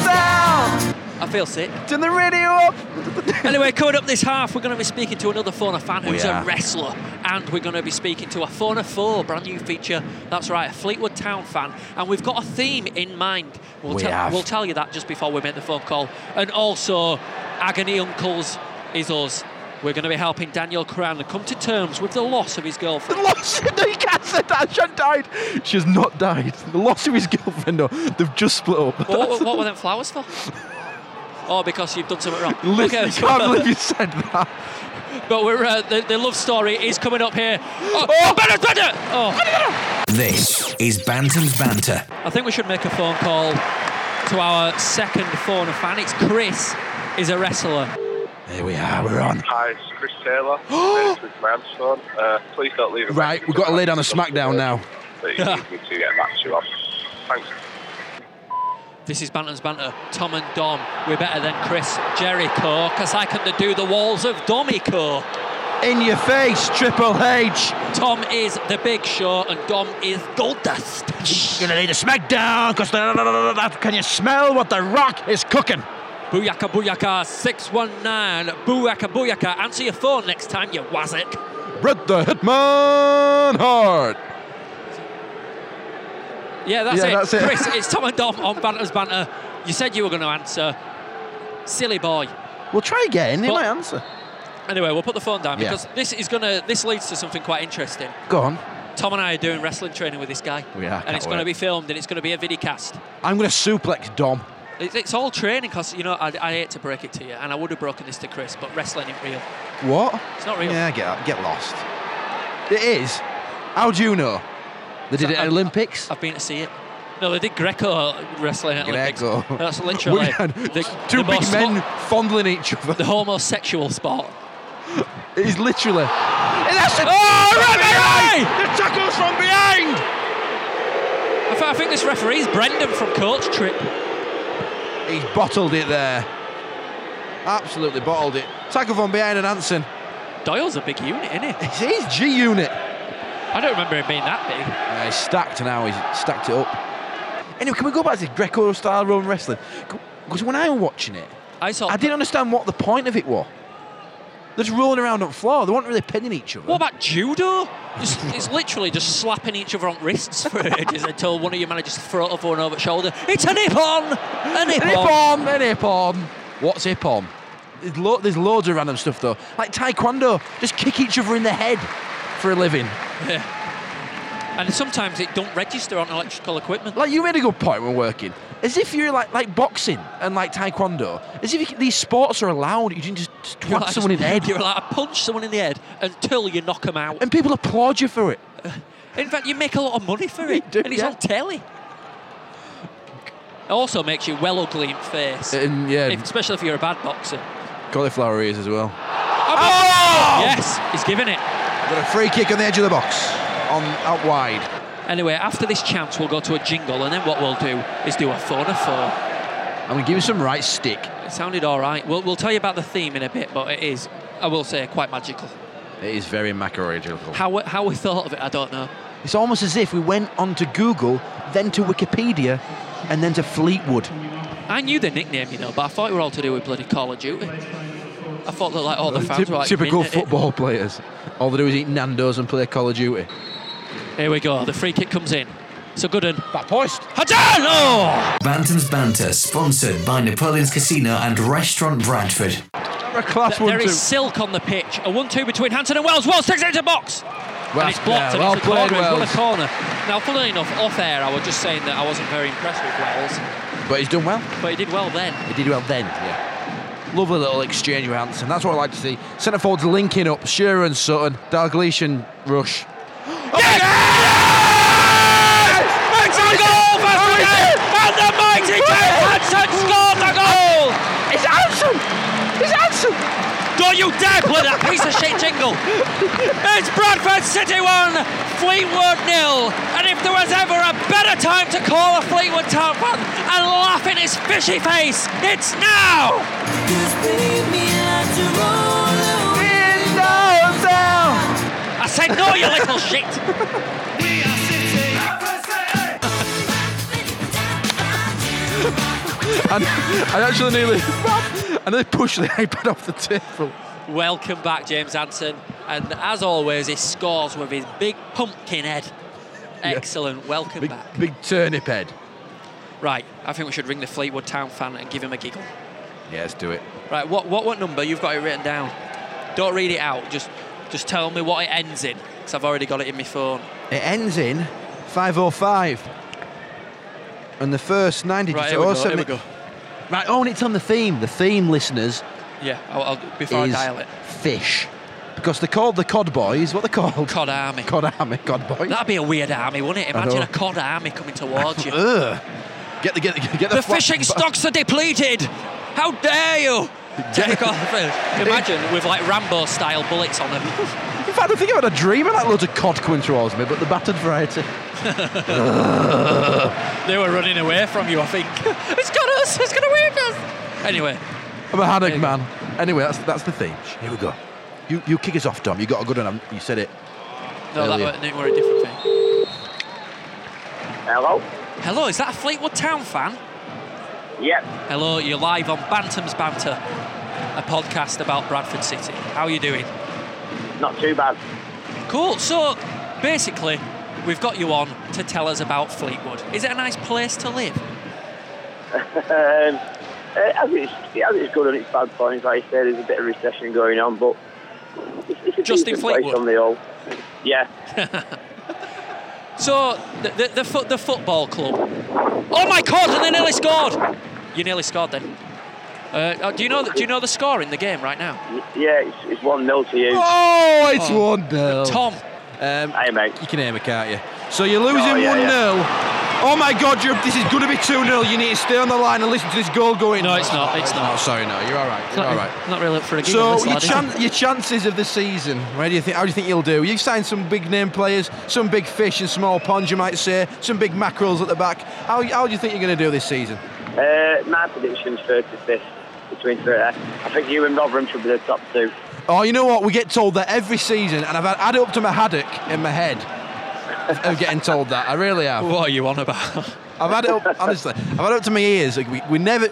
[SPEAKER 4] I feel sick.
[SPEAKER 3] Turn the radio up.
[SPEAKER 4] anyway, coming up this half, we're going to be speaking to another Fauna fan
[SPEAKER 3] We
[SPEAKER 4] who's
[SPEAKER 3] are.
[SPEAKER 4] a wrestler, and we're going to be speaking to a Fauna Four, brand new feature. That's right, a Fleetwood Town fan, and we've got a theme in mind. We'll,
[SPEAKER 3] We
[SPEAKER 4] tell-
[SPEAKER 3] have.
[SPEAKER 4] we'll tell you that just before we make the phone call, and also Agony Uncles is us. We're going to be helping Daniel Crown come to terms with the loss of his girlfriend.
[SPEAKER 3] loss of the cancer that she died. She has not died. The loss of his girlfriend, though, they've just split up.
[SPEAKER 4] Well, what, what were them flowers for? Oh, because you've done something wrong.
[SPEAKER 3] Listen, I
[SPEAKER 4] Okay.
[SPEAKER 3] can't believe you said that.
[SPEAKER 4] But we're uh, the, the love story is coming up here. Oh, oh better, better! Oh.
[SPEAKER 1] This is Bantam's Banter.
[SPEAKER 4] I think we should make a phone call to our second phone fan. It's Chris. Is a wrestler.
[SPEAKER 3] Here we are. We're on.
[SPEAKER 14] Hi, it's Chris Taylor. This is my phone. Uh, please don't leave a
[SPEAKER 3] Right, we've got to lay down a SmackDown now.
[SPEAKER 14] that you need me to get back to you on. Thanks.
[SPEAKER 4] This is Bantam's Banter. Tom and Dom. We're better than Chris Jericho because I can do the walls of Domico.
[SPEAKER 3] In your face, Triple H.
[SPEAKER 4] Tom is the big show and Dom is gold dust.
[SPEAKER 3] You're gonna need a smackdown because can you smell what the Rock is cooking?
[SPEAKER 4] Booyaka Booyaka 619. Booyaka Booyaka. Answer your phone next time, you wazik.
[SPEAKER 3] Bret the Hitman Hart.
[SPEAKER 4] Yeah, that's,
[SPEAKER 3] Yeah,
[SPEAKER 4] it.
[SPEAKER 3] that's it.
[SPEAKER 4] Chris, it's Tom and Dom on Banter's Banter. You said you were going to answer. Silly boy.
[SPEAKER 3] We'll try again. He
[SPEAKER 4] But-
[SPEAKER 3] might answer.
[SPEAKER 4] Anyway, we'll put the phone down
[SPEAKER 3] Yeah.
[SPEAKER 4] because this is going to this leads to something quite interesting.
[SPEAKER 3] Go on.
[SPEAKER 4] Tom and I are doing wrestling training with this guy.
[SPEAKER 3] We are,
[SPEAKER 4] And
[SPEAKER 3] can't
[SPEAKER 4] it's going to
[SPEAKER 3] wait.
[SPEAKER 4] be filmed and it's going to be a videocast.
[SPEAKER 3] I'm gonna suplex Dom.
[SPEAKER 4] It's, it's all training because, you know, I, I hate to break it to you and I would have broken this to Chris, but wrestling ain't real.
[SPEAKER 3] What?
[SPEAKER 4] It's not real.
[SPEAKER 3] Yeah, get get lost. It is. How do you know? They did it
[SPEAKER 4] um,
[SPEAKER 3] at Olympics.
[SPEAKER 4] I've been to see it. No, they did Greco wrestling at Olympics.
[SPEAKER 3] Greco.
[SPEAKER 4] That's literally
[SPEAKER 3] We had
[SPEAKER 4] the,
[SPEAKER 3] two
[SPEAKER 4] the
[SPEAKER 3] big
[SPEAKER 4] most
[SPEAKER 3] men fondling each other.
[SPEAKER 4] The homosexual sport.
[SPEAKER 3] It is literally.
[SPEAKER 5] that's
[SPEAKER 3] it.
[SPEAKER 4] Oh, referee!
[SPEAKER 3] The tackle's from behind!
[SPEAKER 4] I thi- I think this referee's Brendan from Coach Trip.
[SPEAKER 3] He's bottled it there. Absolutely bottled it. Tackle from behind and Anson.
[SPEAKER 4] Doyle's a big unit, isn't
[SPEAKER 3] he? He's G unit.
[SPEAKER 4] I don't remember him being that big.
[SPEAKER 3] Yeah, he's stacked now. He's stacked it up. Anyway, can we go back to Greco-style Roman wrestling? Because when I was watching it,
[SPEAKER 4] I saw.
[SPEAKER 3] I didn't understand what the point of it was. They're just rolling around on the floor. They weren't really pinning each other.
[SPEAKER 4] What about judo? It's, it's literally just slapping each other on wrists for ages until one of you manages to throw it over one over the shoulder. It's a nip on! A nip on!
[SPEAKER 3] Nippon, a nippon. What's nippon? There's, lo- there's loads of random stuff though, like taekwondo. Just kick each other in the head for a living.
[SPEAKER 4] Yeah. And sometimes it don't register on electrical equipment.
[SPEAKER 3] Like you made a good point when working. As if you're like like boxing and like taekwondo. As if you, c- these sports are allowed. You can just, just twat
[SPEAKER 4] like-
[SPEAKER 3] someone in the head.
[SPEAKER 4] You're like, punch someone in the head until you knock them out.
[SPEAKER 3] And people applaud you for it.
[SPEAKER 4] In fact, you make a lot of money for it, and it's on telly. It also makes you well ugly in face,
[SPEAKER 3] And, yeah.
[SPEAKER 4] if- especially if you're a bad boxer.
[SPEAKER 3] Cauliflower ears as well.
[SPEAKER 4] Oh! Yes, he's giving it.
[SPEAKER 3] Got a free kick on the edge of the box, on out wide.
[SPEAKER 4] Anyway, after this chance, we'll go to a jingle, and then what we'll do is do a phone a four.
[SPEAKER 3] I'm gonna give you some right stick.
[SPEAKER 4] It sounded all right. We'll, we'll tell you about the theme in a bit, but it is, I will say, quite magical.
[SPEAKER 3] It is very macroidentical.
[SPEAKER 4] How we- how we thought of it, I don't know.
[SPEAKER 3] It's almost as if we went onto Google, then to Wikipedia, and then to Fleetwood.
[SPEAKER 4] I knew the nickname, you know, but I thought it were all to do with bloody Call of Duty. I thought that like all the fans
[SPEAKER 3] Typ-
[SPEAKER 4] were like
[SPEAKER 3] Uh, typical
[SPEAKER 4] mint at it.
[SPEAKER 3] football players. All they do is eat Nando's and play Call of Duty.
[SPEAKER 4] Here we go. The free kick comes in. So good and
[SPEAKER 3] back post.
[SPEAKER 4] Hadano!
[SPEAKER 1] Bantam's Banter, sponsored by Napoleon's Casino and Restaurant Bradford.
[SPEAKER 4] Th- there is silk on the pitch. A one-two between Hanson and Wells. Wells takes it into box. and it's blocked
[SPEAKER 3] yeah, well
[SPEAKER 4] and it's a
[SPEAKER 3] played,
[SPEAKER 4] corner. It's
[SPEAKER 3] Wells.
[SPEAKER 4] Well a corner. Now, funnily enough, off air, I was just saying that I wasn't very impressed with Wells,
[SPEAKER 3] But he's done well.
[SPEAKER 4] but he did well then.
[SPEAKER 3] He did well then, yeah. Lovely little exchange with Hanson. That's what I like to see. Centre forwards linking up. Shearer and Sutton. Dalglish and Rush.
[SPEAKER 4] It's a goal for Sweden! And the mighty Jim Hansen scores a goal!
[SPEAKER 3] It's Hansen! It's Hansen!
[SPEAKER 4] Don't you dare play that piece of shit jingle! It's Bradford City 1, Fleetwood nil. And if there was ever a better time to call a Fleetwood Town fan and laugh in his fishy face, it's now! I said no, you little shit!
[SPEAKER 3] and I actually nearly, I nearly pushed the iPad off the table.
[SPEAKER 4] Welcome back, James Anson. And as always, he scores with his big pumpkin head. Excellent. Welcome back.
[SPEAKER 3] Big turnip head.
[SPEAKER 4] Right, I think we should ring the Fleetwood Town fan and give him a giggle.
[SPEAKER 3] Yeah, let's do it.
[SPEAKER 4] Right, what what what number? You've got it written down. Don't read it out. Just just tell me what it ends in, because I've already got it in my phone.
[SPEAKER 3] It ends in 505. And the first 90 just
[SPEAKER 4] Right, here we go,
[SPEAKER 3] also
[SPEAKER 4] here we
[SPEAKER 3] ma-
[SPEAKER 4] go.
[SPEAKER 3] Right, oh, and it's on the theme. The theme, listeners,
[SPEAKER 4] Yeah, I'll, I'll, before
[SPEAKER 3] is
[SPEAKER 4] I dial it.
[SPEAKER 3] fish. Because they're called the Cod Boys. What they're called?
[SPEAKER 4] Cod Army.
[SPEAKER 3] Cod Army, Cod Boys.
[SPEAKER 4] That'd be a weird army, wouldn't it?
[SPEAKER 3] I
[SPEAKER 4] Imagine
[SPEAKER 3] know.
[SPEAKER 4] a cod army coming towards you.
[SPEAKER 3] Ugh. Get the, get the, get the,
[SPEAKER 4] the
[SPEAKER 3] fla-
[SPEAKER 4] fishing
[SPEAKER 3] bu-
[SPEAKER 4] stocks are depleted. How dare you? Take off. Imagine with like Rambo style bullets on them.
[SPEAKER 3] In fact, I think I had a dream of like loads of cod coming towards me, but the battered variety.
[SPEAKER 4] they were running away from you, I think. it's got us. It's gonna win us. Anyway,
[SPEAKER 3] I'm a haddock man. Anyway, that's that's the theme. Here we go. You, you kick us off, Dom. You got a good one. You said it.
[SPEAKER 4] No, that
[SPEAKER 3] earlier.
[SPEAKER 4] were, they were a different thing.
[SPEAKER 14] Hello?
[SPEAKER 4] Hello, is that a Fleetwood Town fan?
[SPEAKER 14] Yep.
[SPEAKER 4] Hello, you're live on Bantam's Banter, a podcast about Bradford City. How are you doing?
[SPEAKER 14] Not too bad.
[SPEAKER 4] Cool. So, basically, we've got you on to tell us about Fleetwood. Is it a nice place to live?
[SPEAKER 14] um, uh, as it's, as it's good on its bad points, like I said, there's a bit of recession going on, but it's, it's a
[SPEAKER 4] Justin
[SPEAKER 14] decent place
[SPEAKER 4] Fleetwood.
[SPEAKER 14] on the whole. Yeah.
[SPEAKER 4] So, the, the, the, foot, the football club. Oh my God! And they nearly scored. You nearly scored then. Uh, oh, do you know? The, do you know the score in the game right now?
[SPEAKER 14] Yeah, it's, it's 1 0 to you.
[SPEAKER 3] Oh, it's
[SPEAKER 4] Oh.
[SPEAKER 3] one 0
[SPEAKER 4] Tom.
[SPEAKER 3] Um,
[SPEAKER 14] hey mate.
[SPEAKER 3] You can hear me, can't you? So you're losing
[SPEAKER 14] Oh,
[SPEAKER 3] one
[SPEAKER 14] yeah,
[SPEAKER 3] 0
[SPEAKER 14] yeah.
[SPEAKER 3] Oh my God, you're, this is going to be two 0 You need to stay on the line and listen to this goal going. No,
[SPEAKER 4] it's not. It's not.
[SPEAKER 3] sorry, no. You're all right. You're all right.
[SPEAKER 4] Not really up for a gig.
[SPEAKER 3] So
[SPEAKER 4] this
[SPEAKER 3] your,
[SPEAKER 4] lad, is he?
[SPEAKER 3] chan- your chances of the season, where do you think? How do you think you'll do? You've signed some big name players, some big fish in small ponds, you might say, some big mackerels at the back. How, how do you think you're going to do this season?
[SPEAKER 14] Uh, my prediction's 35th between 30. I think you and Rotherham should be the top two.
[SPEAKER 3] Oh, you know what? We get told that every season, and I've had, had it up to my haddock in my head of getting told that. I really have.
[SPEAKER 4] What are you on about?
[SPEAKER 3] I've had it up, honestly. I've had it up to my ears. Like we, we never,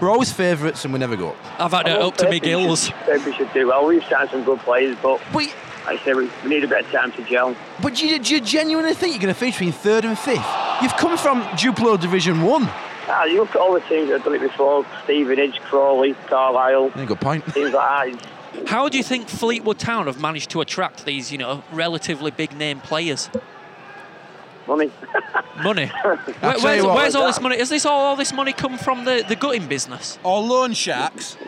[SPEAKER 3] we're always favourites, and we never go up.
[SPEAKER 4] I've had it up to me
[SPEAKER 14] Maybe we
[SPEAKER 4] gills.
[SPEAKER 14] should- Maybe we should do well. We've signed some good players, but like I say we, we need a bit of time to gel.
[SPEAKER 3] But do you, do you genuinely think you're going to finish between third and fifth? You've come from Duplo Division One.
[SPEAKER 14] Ah, you look at all the teams that have done it before: Stevenage, Crawley, Carlisle.
[SPEAKER 3] Good point.
[SPEAKER 14] Teams like that.
[SPEAKER 4] How do you think Fleetwood Town have managed to attract these, you know, relatively big name players?
[SPEAKER 14] Money.
[SPEAKER 4] money. Where,
[SPEAKER 3] tell
[SPEAKER 4] where's
[SPEAKER 3] you what-
[SPEAKER 4] where's all this money? Is this all, all this money come from the, the gutting business?
[SPEAKER 3] Or loan sharks?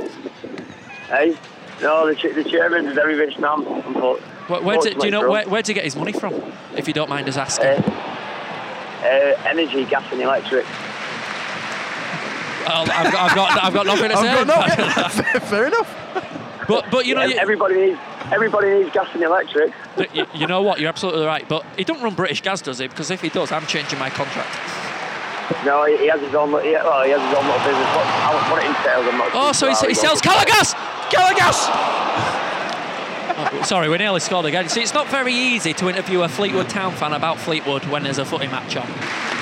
[SPEAKER 14] Hey, no, the, ch- the chairman's a very rich man. But
[SPEAKER 4] Where, where do, do you know where, where to get his money from? If you don't mind us asking.
[SPEAKER 14] Uh, energy, gas, and electric.
[SPEAKER 4] Well, I've, got, I've got I've got nothing to say.
[SPEAKER 14] I've
[SPEAKER 3] fair, enough.
[SPEAKER 4] But but you know you,
[SPEAKER 14] Yeah, everybody needs everybody needs gas and electric.
[SPEAKER 4] but you, you know what? You're absolutely right. But he don't run British Gas, does he? Because if he does, I'm changing my contract.
[SPEAKER 14] No, he, he has his own. He, well, he has his own little business. What, how, what it entails, I'm not.
[SPEAKER 4] Oh,
[SPEAKER 14] too
[SPEAKER 4] so he, s-
[SPEAKER 14] sure.
[SPEAKER 4] he sells colour gas.
[SPEAKER 3] Colour gas.
[SPEAKER 4] Oh, sorry, we nearly scored again. See, it's not very easy to interview a Fleetwood Town fan about Fleetwood when there's a footy match on.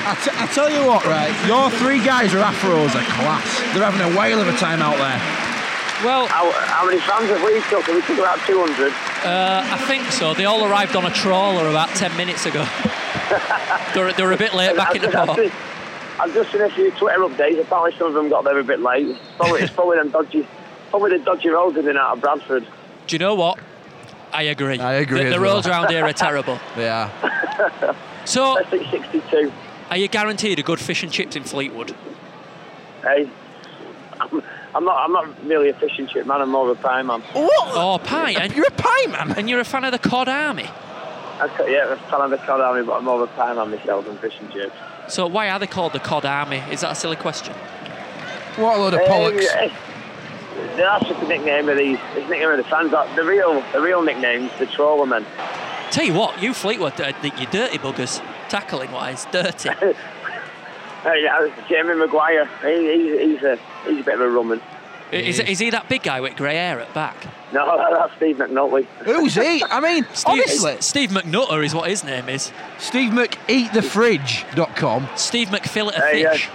[SPEAKER 3] I, t- I tell you what, right? Your three guys are afros are class. They're having a whale of a time out there.
[SPEAKER 4] Well,
[SPEAKER 14] how, how many fans have we took? Have we took about 200?
[SPEAKER 4] Uh, I think so. They all arrived on a trawler about 10 minutes ago. they're, they're a bit late back in the
[SPEAKER 14] I've
[SPEAKER 4] port.
[SPEAKER 14] just, I've just seen a few Twitter updates. Apparently, some of them got there a bit late. It's probably, it's probably them dodgy, probably the dodgy roads in and out of Bradford.
[SPEAKER 4] Do you know what? I agree. I
[SPEAKER 3] agree
[SPEAKER 4] The,
[SPEAKER 3] as
[SPEAKER 4] the
[SPEAKER 3] well.
[SPEAKER 4] roads around here are terrible.
[SPEAKER 3] They are.
[SPEAKER 4] So, I
[SPEAKER 14] think 62.
[SPEAKER 4] Are you guaranteed a good fish and chips in Fleetwood?
[SPEAKER 14] Hey, I'm, I'm not. I'm not really a fish and chip man. I'm more of a pie man.
[SPEAKER 3] What?
[SPEAKER 4] Oh, pie. And,
[SPEAKER 3] you're a pie man.
[SPEAKER 4] And you're a fan of the Cod Army.
[SPEAKER 14] I, ca- yeah, I'm kind of a cod army, but I'm more of a pie man myself than fish and chips.
[SPEAKER 4] So, why are they called the Cod Army? Is that a silly question?
[SPEAKER 3] What a load
[SPEAKER 14] Um, eh, that's just the nickname of these. It's the nickname of the fans. Like, the real, the real nickname's the trawler men.
[SPEAKER 4] Tell you what, you Fleetwood, uh, you dirty buggers. Tackling wise, dirty.
[SPEAKER 14] Hey, yeah, it's Jamie Maguire. He, he's, he's a, he's a bit of a rumman.
[SPEAKER 4] is, is he that big guy with grey hair at back?
[SPEAKER 14] No, that's Steve McNulty.
[SPEAKER 3] Who's he? I mean,
[SPEAKER 4] Steve,
[SPEAKER 3] honestly.
[SPEAKER 4] Steve McNutter is what his name is.
[SPEAKER 3] Steve McEatTheFridge.com.
[SPEAKER 4] Steve McPhillet of
[SPEAKER 14] Hey, yeah.
[SPEAKER 4] Fish.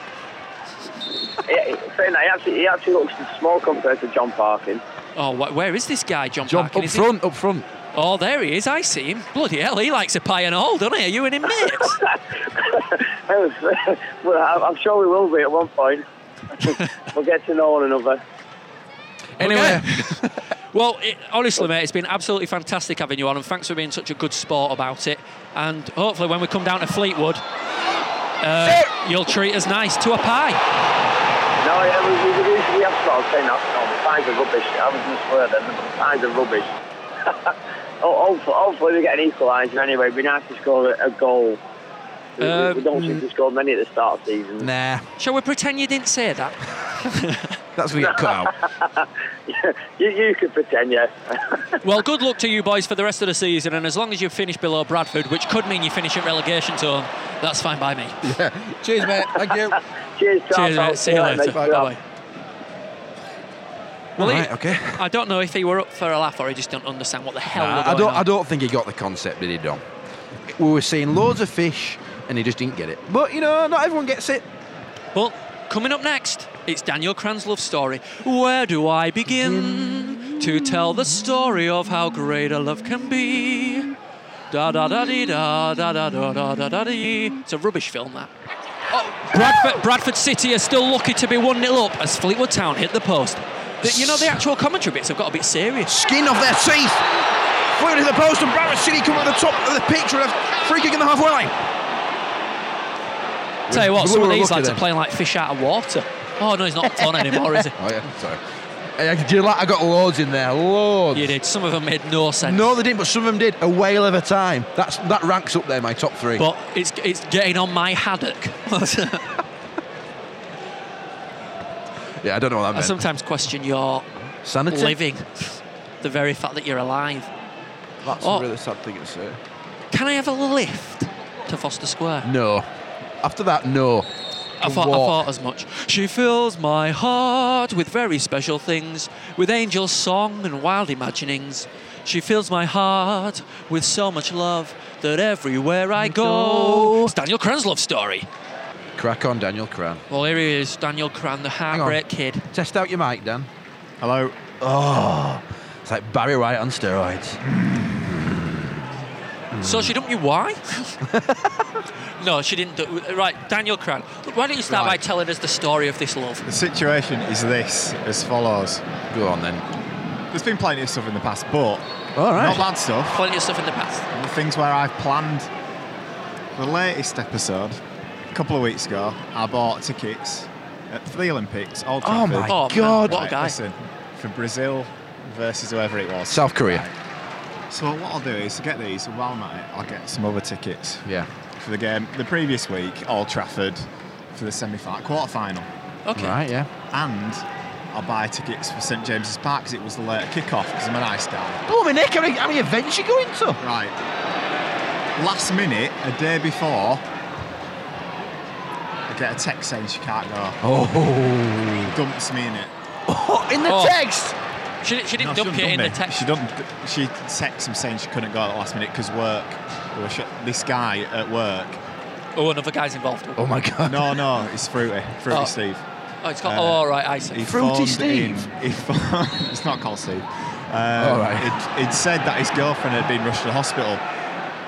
[SPEAKER 14] Yeah, fair enough. He actually, he actually looks small compared to John Parkin.
[SPEAKER 4] Oh, wh- where is this guy, John,
[SPEAKER 3] Ah,
[SPEAKER 14] John,
[SPEAKER 4] Parkin?
[SPEAKER 14] up
[SPEAKER 4] Is
[SPEAKER 3] front, up front.
[SPEAKER 4] Oh, there he is. I see him. Bloody hell, he likes a pie and all, doesn't he? Are you and him mates?
[SPEAKER 14] well, I'm- I'm sure we will be at one point. we'll get to know one another.
[SPEAKER 3] Anyway.
[SPEAKER 4] well, it, honestly, mate, it's been absolutely fantastic having you on, and thanks for being such a good sport about it. And hopefully, when we come down to Fleetwood, uh, you'll treat us nice to a pie.
[SPEAKER 14] No, yeah, we, we, we, we have to I'll say not. No, the pies are rubbish. I was going to swear then. The pies are rubbish. oh, hopefully, hopefully we get an equaliser anyway. It'd be nice to score a, a goal. We, we- we don't
[SPEAKER 3] Um,
[SPEAKER 14] seem to score many at the start of the season.
[SPEAKER 3] Nah.
[SPEAKER 4] Shall we pretend you didn't say that?
[SPEAKER 3] That's going to get cut out.
[SPEAKER 14] you, you could pretend, yeah.
[SPEAKER 4] well, good luck to you boys for the rest of the season, and as long as you finish below Bradford, which could mean you finish at relegation zone, that's fine by me.
[SPEAKER 3] Yeah. Cheers, mate. Thank you.
[SPEAKER 14] Cheers,
[SPEAKER 4] Cheers, mate. See you later. Bye bye. Well,
[SPEAKER 3] Right,
[SPEAKER 4] he-
[SPEAKER 3] okay.
[SPEAKER 4] I don't know if he were up for a laugh or he just don't understand what the hell.
[SPEAKER 3] Nah,
[SPEAKER 4] were
[SPEAKER 3] I
[SPEAKER 4] going
[SPEAKER 3] don't.
[SPEAKER 4] on.
[SPEAKER 3] I don't think he got the concept, did he, Dom? We were seeing loads of fish, and he just didn't get it. But you know, not everyone gets it.
[SPEAKER 4] Well, coming up next, it's Daniel Cran's love story. Where do I begin to tell the story of how great a love can be? Da da da dee da da da da da da da dee. It's a rubbish film that. Oh, Bradford, Bradford City are still lucky to be 1 0 up as Fleetwood Town hit the post. The- you know, the actual commentary bits have got a bit serious.
[SPEAKER 3] Skin off their teeth! Flew to the post, and Bradford City come at the top of the picture and a free kick in the halfway line.
[SPEAKER 4] Tell you what,
[SPEAKER 3] We
[SPEAKER 4] some of
[SPEAKER 3] were
[SPEAKER 4] these
[SPEAKER 3] lucky
[SPEAKER 4] lads
[SPEAKER 3] then.
[SPEAKER 4] are playing like fish out of water. Oh, no, he's not fun anymore, is he?
[SPEAKER 3] Oh yeah, sorry. Hey, do you like- I got loads in there, loads. You
[SPEAKER 4] did. Some of them made no sense.
[SPEAKER 3] No, they didn't, but some of them did. A whale of a time. That's that ranks up there, in my top three.
[SPEAKER 4] But it's, it's getting on my haddock.
[SPEAKER 3] yeah, I don't know what that
[SPEAKER 4] I
[SPEAKER 3] meant.
[SPEAKER 4] sometimes question your
[SPEAKER 3] Sanity?
[SPEAKER 4] living, the very fact that you're alive.
[SPEAKER 3] That's
[SPEAKER 4] Oh.
[SPEAKER 3] a really sad thing to say.
[SPEAKER 4] Can I have a lift to Foster Square?
[SPEAKER 3] No. After that, no.
[SPEAKER 4] I thought, I thought as much. She fills my heart with very special things, with angel song and wild imaginings. She fills my heart with so much love that everywhere I go. It's Daniel Cran's love story.
[SPEAKER 3] Crack on, Daniel Cran.
[SPEAKER 4] Well, here he is, Daniel Cran, the
[SPEAKER 3] on.
[SPEAKER 4] heartbreak kid.
[SPEAKER 3] Test out your mic, Dan. Hello. Oh, it's like Barry White on steroids.
[SPEAKER 4] So she dumped you? Why? no, she didn't. Do, right, Daniel Cran. Why don't you start by telling us the story of this love?
[SPEAKER 14] The situation is this as follows.
[SPEAKER 3] Go on then.
[SPEAKER 14] There's been plenty of stuff in the past, but
[SPEAKER 3] All right.
[SPEAKER 14] not bad stuff.
[SPEAKER 4] Plenty of stuff in the past.
[SPEAKER 14] And the things where I've planned. The latest episode, a couple of weeks ago, I bought tickets uh, for the Olympics. Old
[SPEAKER 3] Oh
[SPEAKER 14] Trafford.
[SPEAKER 3] my Oh, man, God. what a
[SPEAKER 14] Right,
[SPEAKER 3] guy.
[SPEAKER 14] Listen, for Brazil versus whoever it was.
[SPEAKER 3] South Korea.
[SPEAKER 14] Right. So what I'll do is to get these, and while I'm at it, I'll get some other tickets.
[SPEAKER 3] Yeah.
[SPEAKER 14] For the game the previous week, Old Trafford, for the semi-final, quarter-final.
[SPEAKER 4] Okay.
[SPEAKER 3] Right, yeah.
[SPEAKER 14] And I'll buy tickets for St James's Park because it was the later kickoff because I'm a nice guy.
[SPEAKER 3] Oh, my neck, how many, how many events you going to?
[SPEAKER 14] Right. Last minute, a day before, I get a text saying she can't go.
[SPEAKER 3] Oh.
[SPEAKER 14] Dumps me in it.
[SPEAKER 3] Oh, in the
[SPEAKER 14] Oh.
[SPEAKER 3] text.
[SPEAKER 4] She, she didn't
[SPEAKER 14] No,
[SPEAKER 4] dump
[SPEAKER 14] she
[SPEAKER 4] you
[SPEAKER 14] done
[SPEAKER 4] in
[SPEAKER 14] me.
[SPEAKER 4] the text.
[SPEAKER 14] She done. She texted him saying she couldn't go at the last minute because work. They were shut- this guy at work.
[SPEAKER 4] Oh, another guy's involved.
[SPEAKER 3] Oh my god.
[SPEAKER 14] No, no, it's Fruity. Fruity
[SPEAKER 4] Oh.
[SPEAKER 14] Steve.
[SPEAKER 4] Oh, it's got. oh, all right, I see.
[SPEAKER 14] He phoned in- he phoned- it's not called Steve. Um,
[SPEAKER 3] All right.
[SPEAKER 14] It, it said that his girlfriend had been rushed to the hospital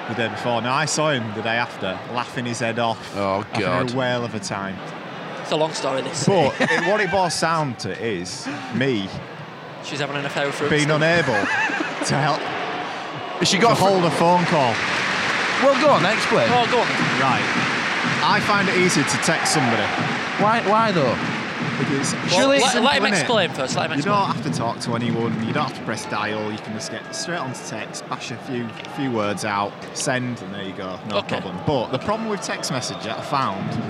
[SPEAKER 14] the day before. Now I saw him the day after, laughing his head off. Oh
[SPEAKER 3] God.
[SPEAKER 14] a whale of a time.
[SPEAKER 4] It's a long story. This.
[SPEAKER 14] But it- what it boils down to is me
[SPEAKER 4] She's having an affair with Fruit.
[SPEAKER 14] being
[SPEAKER 4] Steve.
[SPEAKER 14] unable to help.
[SPEAKER 3] She got
[SPEAKER 14] to hold a phone call.
[SPEAKER 3] Well, go on, then, explain.
[SPEAKER 4] Oh, go on.
[SPEAKER 14] Right. I find it easier to text somebody.
[SPEAKER 3] Why? Why though?
[SPEAKER 14] Because
[SPEAKER 4] Well,
[SPEAKER 14] it's
[SPEAKER 4] let-
[SPEAKER 14] simple,
[SPEAKER 4] let him
[SPEAKER 14] innit?
[SPEAKER 4] explain first, let him
[SPEAKER 14] you don't have to talk to anyone. You don't have to press dial. You can just get straight onto text, bash a few few words out, send, and there you go. No problem. But the problem with text message that I found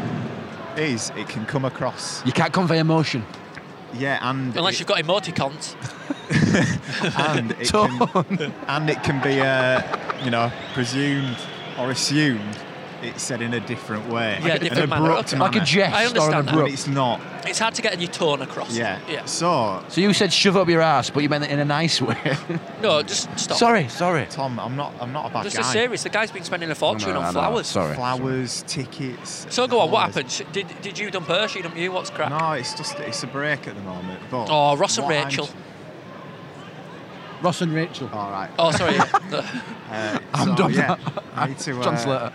[SPEAKER 14] is it can come across.
[SPEAKER 3] You can't convey emotion.
[SPEAKER 14] Yeah, and
[SPEAKER 4] Unless you've got emoticons.
[SPEAKER 14] and it can, and it can be, uh, you know, presumed or assumed it's said in a different way.
[SPEAKER 4] Yeah,
[SPEAKER 14] Like a-
[SPEAKER 4] different
[SPEAKER 14] an
[SPEAKER 4] manner.
[SPEAKER 14] abrupt
[SPEAKER 4] Okay. Like a
[SPEAKER 14] manner.
[SPEAKER 4] jest I or an understand that.
[SPEAKER 14] But
[SPEAKER 4] abrupt-
[SPEAKER 14] it's not.
[SPEAKER 4] It's hard to get a new tone across.
[SPEAKER 14] Yeah.
[SPEAKER 4] Yeah.
[SPEAKER 14] So.
[SPEAKER 3] So you said shove up your ass, but you meant it in a nice way.
[SPEAKER 4] No, just stop.
[SPEAKER 3] Sorry, sorry.
[SPEAKER 14] Tom, I'm not. I'm not a bad
[SPEAKER 4] Just as serious. The guy's been spending a fortune
[SPEAKER 3] no,
[SPEAKER 4] on
[SPEAKER 3] no,
[SPEAKER 4] flowers.
[SPEAKER 3] sorry.
[SPEAKER 14] Flowers, tickets.
[SPEAKER 4] So go on. What happened? Sh- Did did you dump her? She dumped you? What's crap?
[SPEAKER 14] No, it's just it's a break at the moment. But
[SPEAKER 4] Oh, Ross and
[SPEAKER 14] what I'm-
[SPEAKER 4] Rachel.
[SPEAKER 3] Ross and Rachel.
[SPEAKER 14] All right.
[SPEAKER 4] Oh, sorry.
[SPEAKER 14] Uh,
[SPEAKER 3] I'm
[SPEAKER 14] so,
[SPEAKER 3] done
[SPEAKER 14] yeah,
[SPEAKER 3] that.
[SPEAKER 14] I need to. Uh,
[SPEAKER 3] John Slater.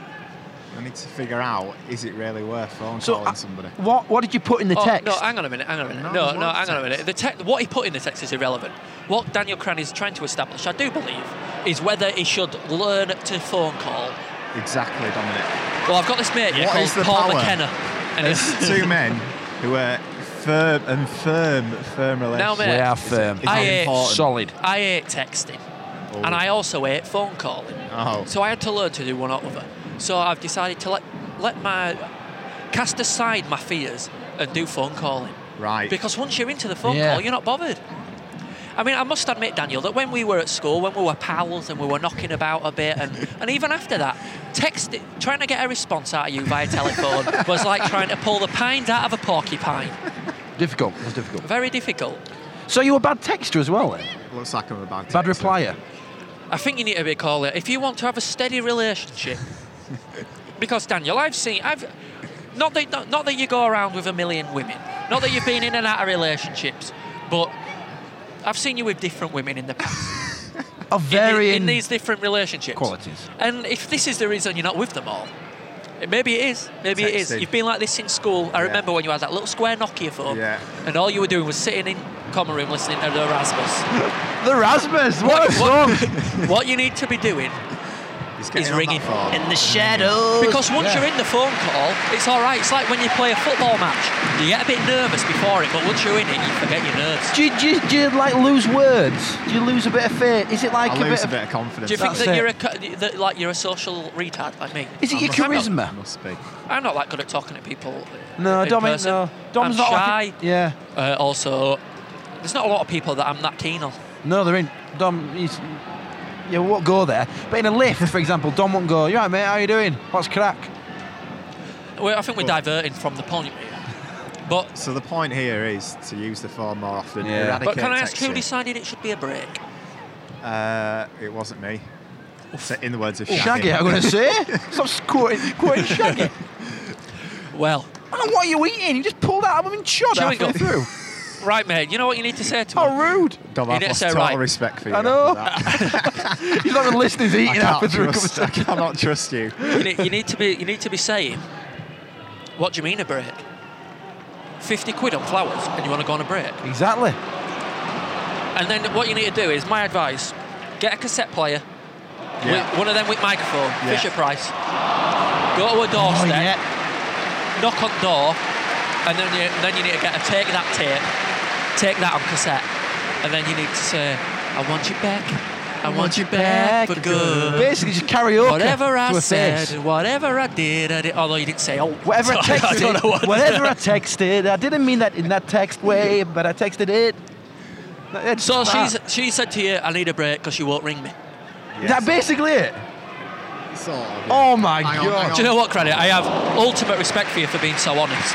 [SPEAKER 14] I need to figure out is it really worth phone
[SPEAKER 3] So,
[SPEAKER 14] calling
[SPEAKER 3] uh,
[SPEAKER 14] somebody.
[SPEAKER 3] What? What did you put in the
[SPEAKER 4] oh,
[SPEAKER 3] text?
[SPEAKER 4] No, hang on a minute, hang on a minute.
[SPEAKER 14] No,
[SPEAKER 4] No,
[SPEAKER 14] there's
[SPEAKER 4] no,
[SPEAKER 14] no
[SPEAKER 4] hang on a minute.
[SPEAKER 14] text.
[SPEAKER 4] The te- what he put in the text is irrelevant. What Daniel Cran is trying to establish, I do believe, is whether he should learn to phone call.
[SPEAKER 14] Exactly, Dominic.
[SPEAKER 4] Well, I've got this mate here
[SPEAKER 14] What
[SPEAKER 4] called
[SPEAKER 14] is the
[SPEAKER 4] Paul
[SPEAKER 14] power?
[SPEAKER 4] McKenna. And
[SPEAKER 14] There's
[SPEAKER 4] it's-
[SPEAKER 14] two men who are firm and firm, firm
[SPEAKER 4] Now,
[SPEAKER 14] relationship.
[SPEAKER 4] mate, I hate,
[SPEAKER 14] important.
[SPEAKER 4] I hate texting,
[SPEAKER 14] Oh.
[SPEAKER 4] and I also hate phone calling.
[SPEAKER 14] Oh.
[SPEAKER 4] So I had to learn to do one or other. So I've decided to let let my cast aside my fears and do phone calling.
[SPEAKER 14] Right.
[SPEAKER 4] Because once you're into the phone
[SPEAKER 14] Yeah.
[SPEAKER 4] call, you're not bothered. I mean, I must admit, Daniel, that when we were at school, when we were pals and we were knocking about a bit, and, and even after that, text trying to get a response out of you via telephone was like trying to pull the pines out of a porcupine.
[SPEAKER 3] Difficult. It was difficult.
[SPEAKER 4] Very difficult.
[SPEAKER 3] So you were a bad texter as well then?
[SPEAKER 15] Looks like I'm a bad
[SPEAKER 3] Bad replier.
[SPEAKER 4] I think you need to be call it if you want to have a steady relationship. because Daniel, I've seen, I've not that not, not that you go around with a million women, not that you've been in and out of relationships, but I've seen you with different women in the past.
[SPEAKER 3] Of
[SPEAKER 4] in,
[SPEAKER 3] varying
[SPEAKER 4] these different relationships.
[SPEAKER 3] qualities.
[SPEAKER 4] And if this is the reason you're not with them all, eh, maybe it is. Maybe it is.
[SPEAKER 3] Texting.
[SPEAKER 4] You've been like this since school. I remember when you had that little square Nokia phone, and all you were doing was sitting in common room listening to the Rasmus.
[SPEAKER 3] The Rasmus, what a song!
[SPEAKER 4] what you need to be doing is
[SPEAKER 3] on
[SPEAKER 4] ringing
[SPEAKER 3] In
[SPEAKER 4] the shadows. Because once
[SPEAKER 3] Yeah.
[SPEAKER 4] you're in the phone call, it's all right. It's like when you play a football match. You get a bit nervous before it, but once you're in it, you forget your nerves.
[SPEAKER 3] Do you, do, you, do you like lose words? Do you lose a bit of faith? Is it like
[SPEAKER 4] I
[SPEAKER 3] a, bit
[SPEAKER 4] lose a
[SPEAKER 3] of,
[SPEAKER 4] bit of Do you think
[SPEAKER 3] That's
[SPEAKER 4] that
[SPEAKER 3] it.
[SPEAKER 4] you're a, co- that, like you're a social retard like me?
[SPEAKER 3] Is it your
[SPEAKER 4] I'm not-
[SPEAKER 3] charisma?
[SPEAKER 15] Must be.
[SPEAKER 4] I'm not that good at talking to people.
[SPEAKER 3] No,
[SPEAKER 4] in
[SPEAKER 3] Dom ain't-
[SPEAKER 4] person.
[SPEAKER 3] no. Dom's
[SPEAKER 4] I'm
[SPEAKER 3] not
[SPEAKER 4] shy.
[SPEAKER 3] like a- yeah.
[SPEAKER 4] Uh, also, there's not a lot of people that I'm that keen on.
[SPEAKER 3] No, they're in. Dom, he's, yeah, we won't go there. But in a lift, for example, Dom won't go. You all right, mate? How you doing? What's crack?
[SPEAKER 4] Well, I think we're diverting from the point. But
[SPEAKER 15] so the point here is to use the phone more often.
[SPEAKER 3] Yeah.
[SPEAKER 15] Eradicate
[SPEAKER 4] But can I ask who
[SPEAKER 15] texting.
[SPEAKER 4] decided it should be a break?
[SPEAKER 15] Uh, it wasn't me. So in the words of Shaggy,
[SPEAKER 3] Shaggy, I'm gonna say. Stop quoting, quoting Shaggy.
[SPEAKER 4] Well,
[SPEAKER 3] I don't know what you eating. You just pulled out of him and shot
[SPEAKER 4] Chewing
[SPEAKER 3] halfway
[SPEAKER 4] gum.
[SPEAKER 3] through.
[SPEAKER 4] Right, mate. You know what you need to say to
[SPEAKER 3] How rude!
[SPEAKER 15] Dom,
[SPEAKER 4] You
[SPEAKER 15] I've
[SPEAKER 4] didn't
[SPEAKER 15] lost
[SPEAKER 4] say
[SPEAKER 15] total
[SPEAKER 4] right.
[SPEAKER 15] respect for you.
[SPEAKER 3] I know.
[SPEAKER 15] after that.
[SPEAKER 3] He's not even listening. He's
[SPEAKER 15] I
[SPEAKER 3] eating
[SPEAKER 15] can't
[SPEAKER 3] halfway through.
[SPEAKER 15] trust- I cannot trust you.
[SPEAKER 4] you, need, you need to be you need to be saying, what do you mean a break? Fifty quid on flowers, and you want to go on a break.
[SPEAKER 3] Exactly.
[SPEAKER 4] And then what you need to do is my advice: get a cassette player,
[SPEAKER 3] Yeah.
[SPEAKER 4] with, one of them with microphone,
[SPEAKER 3] Yeah.
[SPEAKER 4] Fisher Price. Go to a
[SPEAKER 3] Oh,
[SPEAKER 4] doorstep, knock on door, and then you then you need to get a take that tape, take that on cassette, and then you need to say, I want you back. I want, you back, for good.
[SPEAKER 3] Basically, just karaoke.
[SPEAKER 4] Whatever I
[SPEAKER 3] to a
[SPEAKER 4] said,
[SPEAKER 3] face.
[SPEAKER 4] whatever I did, I did. Although you didn't say, oh,
[SPEAKER 3] Whatever I
[SPEAKER 4] sorry, I don't know what
[SPEAKER 3] texted,
[SPEAKER 4] to
[SPEAKER 3] whatever I
[SPEAKER 4] say.
[SPEAKER 3] texted, I didn't mean that in that text way, but I texted it. It's
[SPEAKER 4] So
[SPEAKER 3] that.
[SPEAKER 4] she's, she said to you, I need a break because you won't ring me.
[SPEAKER 3] Is that basically it? Oh my god!
[SPEAKER 4] Do you know what, Credit? I have ultimate respect for you for being so honest.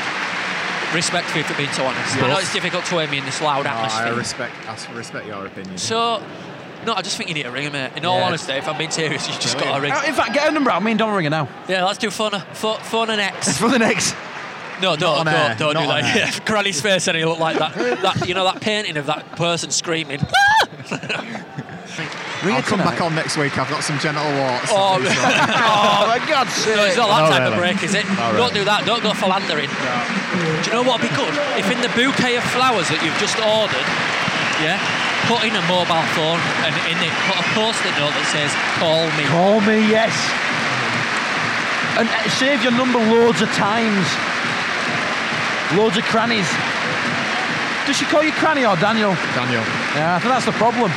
[SPEAKER 4] Respect for you for being so honest. I know
[SPEAKER 15] Yes.
[SPEAKER 4] it's difficult to aim in this loud
[SPEAKER 15] No, I
[SPEAKER 4] atmosphere.
[SPEAKER 15] respect. I respect your opinion.
[SPEAKER 4] so, no, I just think you need a ring, mate. In all
[SPEAKER 3] Yeah.
[SPEAKER 4] honesty, if I'm being serious, you just got to ring.
[SPEAKER 3] Oh, In fact, get a number out. Me and Dom are ringing now.
[SPEAKER 4] yeah, let's do phone, phone, phone and X.
[SPEAKER 3] For the next.
[SPEAKER 4] No,
[SPEAKER 3] on
[SPEAKER 4] don't,
[SPEAKER 3] air,
[SPEAKER 4] don't, don't
[SPEAKER 3] not
[SPEAKER 4] do
[SPEAKER 3] on
[SPEAKER 4] that.
[SPEAKER 3] air.
[SPEAKER 4] Yeah, Granny's face, and he looked like that. that. You know that painting of that person screaming. "Ah!"
[SPEAKER 15] I'll come back on next week. I've got some genital warts.
[SPEAKER 4] Oh,
[SPEAKER 15] Please,
[SPEAKER 4] man.
[SPEAKER 15] sorry.
[SPEAKER 4] Oh,
[SPEAKER 3] my God,
[SPEAKER 4] No, it's not
[SPEAKER 15] Not
[SPEAKER 4] that type of
[SPEAKER 15] really.
[SPEAKER 4] break, is it?
[SPEAKER 15] Not really.
[SPEAKER 4] Don't do that. Don't go philandering. Do you know what would be good? If in the bouquet of flowers that you've just ordered, yeah, put in a mobile phone and in it put a post-it note that says "Call me."
[SPEAKER 3] Call me, yes. And uh, save your number loads of times. Loads of crannies. Does she call you cranny or Daniel?
[SPEAKER 15] Daniel.
[SPEAKER 3] Yeah, I think that's the problem.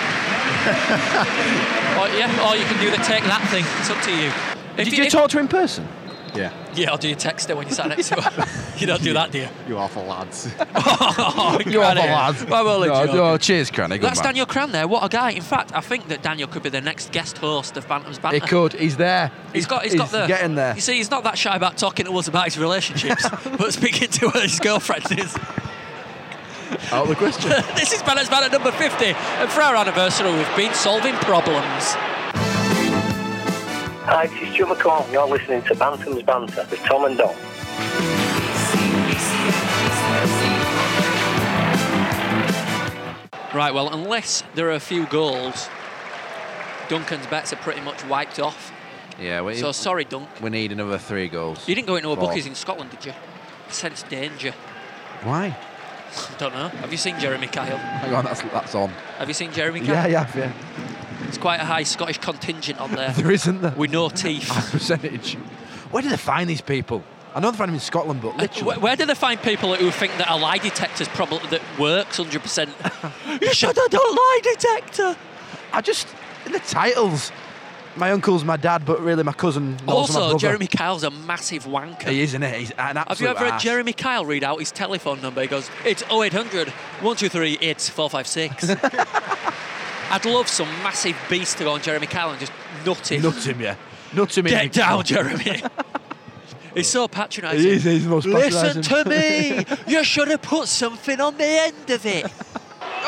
[SPEAKER 4] Or, yeah, or you can do the take that thing. It's up to you. If
[SPEAKER 3] Did you
[SPEAKER 4] if-
[SPEAKER 3] talk to her in person?
[SPEAKER 15] Yeah.
[SPEAKER 4] Yeah, or do you text her when you sat next to her? you don't do that, do you?
[SPEAKER 15] You awful lads.
[SPEAKER 4] oh,
[SPEAKER 3] You're
[SPEAKER 4] Granny.
[SPEAKER 3] awful lads.
[SPEAKER 4] Well, well,
[SPEAKER 3] No,
[SPEAKER 4] joking.
[SPEAKER 3] no, cheers, Cranny. Good
[SPEAKER 4] That's
[SPEAKER 3] man.
[SPEAKER 4] Daniel Cran there. What a guy. In fact, I think that Daniel could be the next guest host of Bantam's Banter.
[SPEAKER 3] He could. He's there.
[SPEAKER 4] He's got, he's got the.
[SPEAKER 3] getting there.
[SPEAKER 4] You see, he's not that shy about talking to us about his relationships, but speaking to his girlfriend is.
[SPEAKER 3] Out of the question.
[SPEAKER 4] this is Bennett's Banner number 50, and for our anniversary, we've been solving problems.
[SPEAKER 16] Hi, this is Joe McCall. and You're listening to Bantam's Banter with Tom and Dom.
[SPEAKER 4] Right, well, unless there are a few goals, Duncan's bets are pretty much wiped off.
[SPEAKER 3] Yeah, we,
[SPEAKER 4] So sorry, Dunk.
[SPEAKER 3] we need another three goals.
[SPEAKER 4] You didn't go into a
[SPEAKER 3] Four.
[SPEAKER 4] bookies in Scotland, did you? I said it's danger.
[SPEAKER 3] Why?
[SPEAKER 4] Don't know. Have you seen Jeremy Kyle?
[SPEAKER 3] Hang on, that's, that's on.
[SPEAKER 4] Have you seen Jeremy Kyle?
[SPEAKER 3] Yeah, yeah, yeah.
[SPEAKER 4] It's quite a high Scottish contingent on there.
[SPEAKER 3] There isn't there.
[SPEAKER 4] With no teeth.
[SPEAKER 3] percentage. Where do they find these people? I know they find them in Scotland, but
[SPEAKER 4] Uh, Wh-
[SPEAKER 3] literally.
[SPEAKER 4] Where, do they find people who think that a lie detector's probably that works 100%? you should have done lie detector.
[SPEAKER 3] I just in the titles. My uncle's my dad, but really my cousin. knows my
[SPEAKER 4] Also,
[SPEAKER 3] brother.
[SPEAKER 4] Jeremy Kyle's a massive wanker.
[SPEAKER 3] He is, isn't he? He's an absolute.
[SPEAKER 4] Have you ever heard
[SPEAKER 3] arse.
[SPEAKER 4] Jeremy Kyle read out his telephone number? He goes, it's 0800 123 8456. I'd love some massive beast to go on Jeremy Kyle and just nut him.
[SPEAKER 3] Nut him, yeah. Nut him in
[SPEAKER 4] Get
[SPEAKER 3] the-
[SPEAKER 4] down, Jeremy. He's so patronising.
[SPEAKER 3] He is, he's the most
[SPEAKER 4] Listen
[SPEAKER 3] patronising.
[SPEAKER 4] to me. you should have put something on the end of it.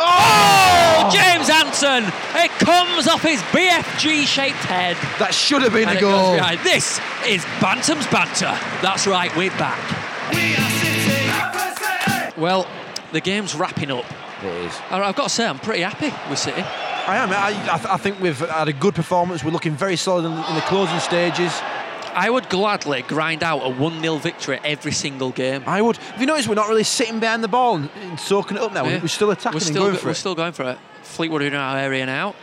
[SPEAKER 4] Oh! James Anson! It comes off his BFG shaped head.
[SPEAKER 3] That should have been
[SPEAKER 4] And
[SPEAKER 3] a
[SPEAKER 4] it goes
[SPEAKER 3] goal.
[SPEAKER 4] behind. This is Bantam's Banter. That's right, we're back. Well, the game's wrapping up.
[SPEAKER 3] It is.
[SPEAKER 4] And I've got to say, I'm pretty happy with City.
[SPEAKER 3] I am. I, I, th- I think we've had a good performance. We're looking very solid in, in the closing stages.
[SPEAKER 4] I would gladly grind out a 1 0 victory every single game.
[SPEAKER 3] I would. Have you noticed we're not really sitting behind the ball and, and soaking it up now?
[SPEAKER 4] Yeah.
[SPEAKER 3] We're still attacking
[SPEAKER 4] We're
[SPEAKER 3] and
[SPEAKER 4] still,
[SPEAKER 3] going
[SPEAKER 4] go-
[SPEAKER 3] for
[SPEAKER 4] we're
[SPEAKER 3] it.
[SPEAKER 4] still going for it. Fleetwood in our area now.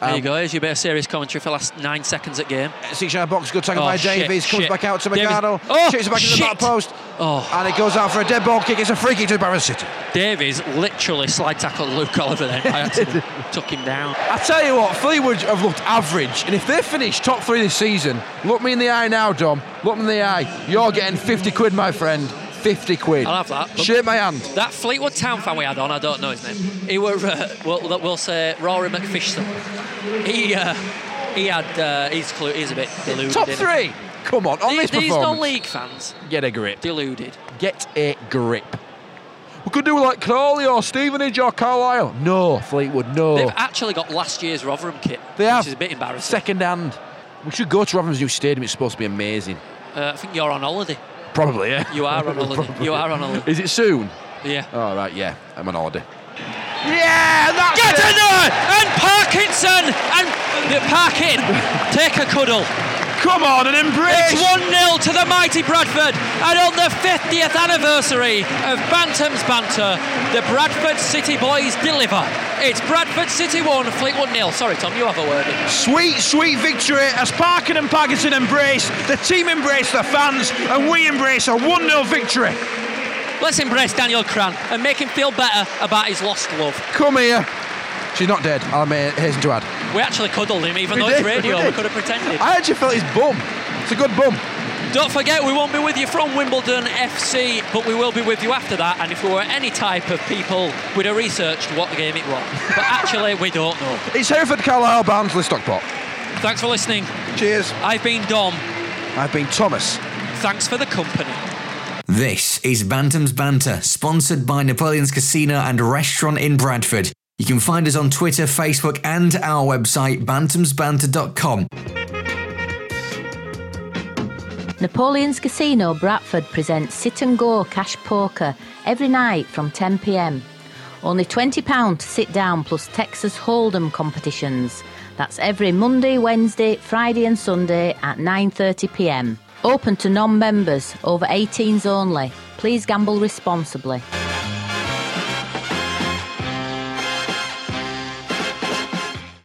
[SPEAKER 4] There
[SPEAKER 3] Um,
[SPEAKER 4] you go. Here's your bit of serious commentary for the last nine seconds at game.
[SPEAKER 3] Six yard box, good tackle
[SPEAKER 4] Oh,
[SPEAKER 3] by
[SPEAKER 4] shit,
[SPEAKER 3] Davies, comes
[SPEAKER 4] shit.
[SPEAKER 3] back out to
[SPEAKER 4] Davies-
[SPEAKER 3] Mercado,
[SPEAKER 4] Oh,
[SPEAKER 3] shoots it back into the back
[SPEAKER 4] shit.
[SPEAKER 3] post,
[SPEAKER 4] Oh.
[SPEAKER 3] and it goes out for a dead ball kick. It's a free kick to Barrow City.
[SPEAKER 4] Davies literally slide tackled Luke Oliver then by accident, took him down.
[SPEAKER 3] I tell you what, Fleetwood have looked average, and if they finish top three this season, look me in the eye now, Dom. Look me in the eye. You're getting 50 quid, my friend. 50 quid.
[SPEAKER 4] I'll have that.
[SPEAKER 3] Shake my hand.
[SPEAKER 4] That Fleetwood Town fan we had on, I don't know his name. He were, uh, we'll, we'll say Rory McFishson. He, uh, he had, uh, he's, clu- he's a bit deluded.
[SPEAKER 3] Top
[SPEAKER 4] isn't he?
[SPEAKER 3] three. Come on, on
[SPEAKER 4] These-
[SPEAKER 3] this
[SPEAKER 4] these
[SPEAKER 3] performance.
[SPEAKER 4] non-league fans.
[SPEAKER 3] Get a grip.
[SPEAKER 4] Deluded.
[SPEAKER 3] Get a grip. We could do like Crawley or Stevenage or Carlisle. No, Fleetwood, no.
[SPEAKER 4] They've actually got last year's Rotherham kit,
[SPEAKER 3] Oh. They
[SPEAKER 4] which
[SPEAKER 3] have.
[SPEAKER 4] is a bit embarrassing.
[SPEAKER 3] Second hand. We should go to Rotherham's new stadium. It's supposed to be amazing.
[SPEAKER 4] Uh, I think you're on holiday.
[SPEAKER 3] Probably, yeah.
[SPEAKER 4] You are on holiday. You are on holiday.
[SPEAKER 3] Is it soon?
[SPEAKER 4] Yeah.
[SPEAKER 3] All right, yeah. I'm on holiday.
[SPEAKER 4] Yeah, that's Get in there! And Parkinson! And uh, Parkin, take a cuddle.
[SPEAKER 3] Come on and embrace!
[SPEAKER 4] It's 1 0 to the mighty Bradford. And on the 50th anniversary of Bantam's Banter, the Bradford City boys deliver. It's Bradford City 1, Fleetwood 0. Sorry, Tom, you have a word. in.
[SPEAKER 17] Sweet, sweet victory as Parkin and Parkinson embrace, the team embrace the fans, and we embrace a 1 0 victory.
[SPEAKER 4] Let's embrace Daniel Cran and make him feel better about his lost love.
[SPEAKER 3] Come here. She's not dead. I may hasten to add.
[SPEAKER 4] We actually cuddled him, even
[SPEAKER 3] We
[SPEAKER 4] though it's
[SPEAKER 3] did, we
[SPEAKER 4] radio. We,
[SPEAKER 3] did.
[SPEAKER 4] could have pretended.
[SPEAKER 3] I actually felt his bum. It's a good bum.
[SPEAKER 4] Don't forget, we won't be with you from Wimbledon FC, but we will be with you after that. And if we were any type of people, we'd have researched what game it was. But actually, we don't know.
[SPEAKER 3] It's Hereford, Carlisle, Barnsley, Stockport.
[SPEAKER 4] Thanks for listening.
[SPEAKER 3] Cheers.
[SPEAKER 4] I've been Dom.
[SPEAKER 3] I've been Thomas.
[SPEAKER 4] Thanks for the company.
[SPEAKER 1] This is Bantam's Banter, sponsored by Napoleon's Casino and Restaurant in Bradford. You can find us on Twitter, Facebook, and our website, bantamsbanter.com.
[SPEAKER 18] Napoleon's Casino Bradford presents Sit and Go Cash Poker every night from 10pm. Only £20 to sit down plus Texas Hold'em competitions. That's every Monday, Wednesday, Friday and Sunday at 9.30pm. Open to non-members, over 18s only. Please gamble responsibly.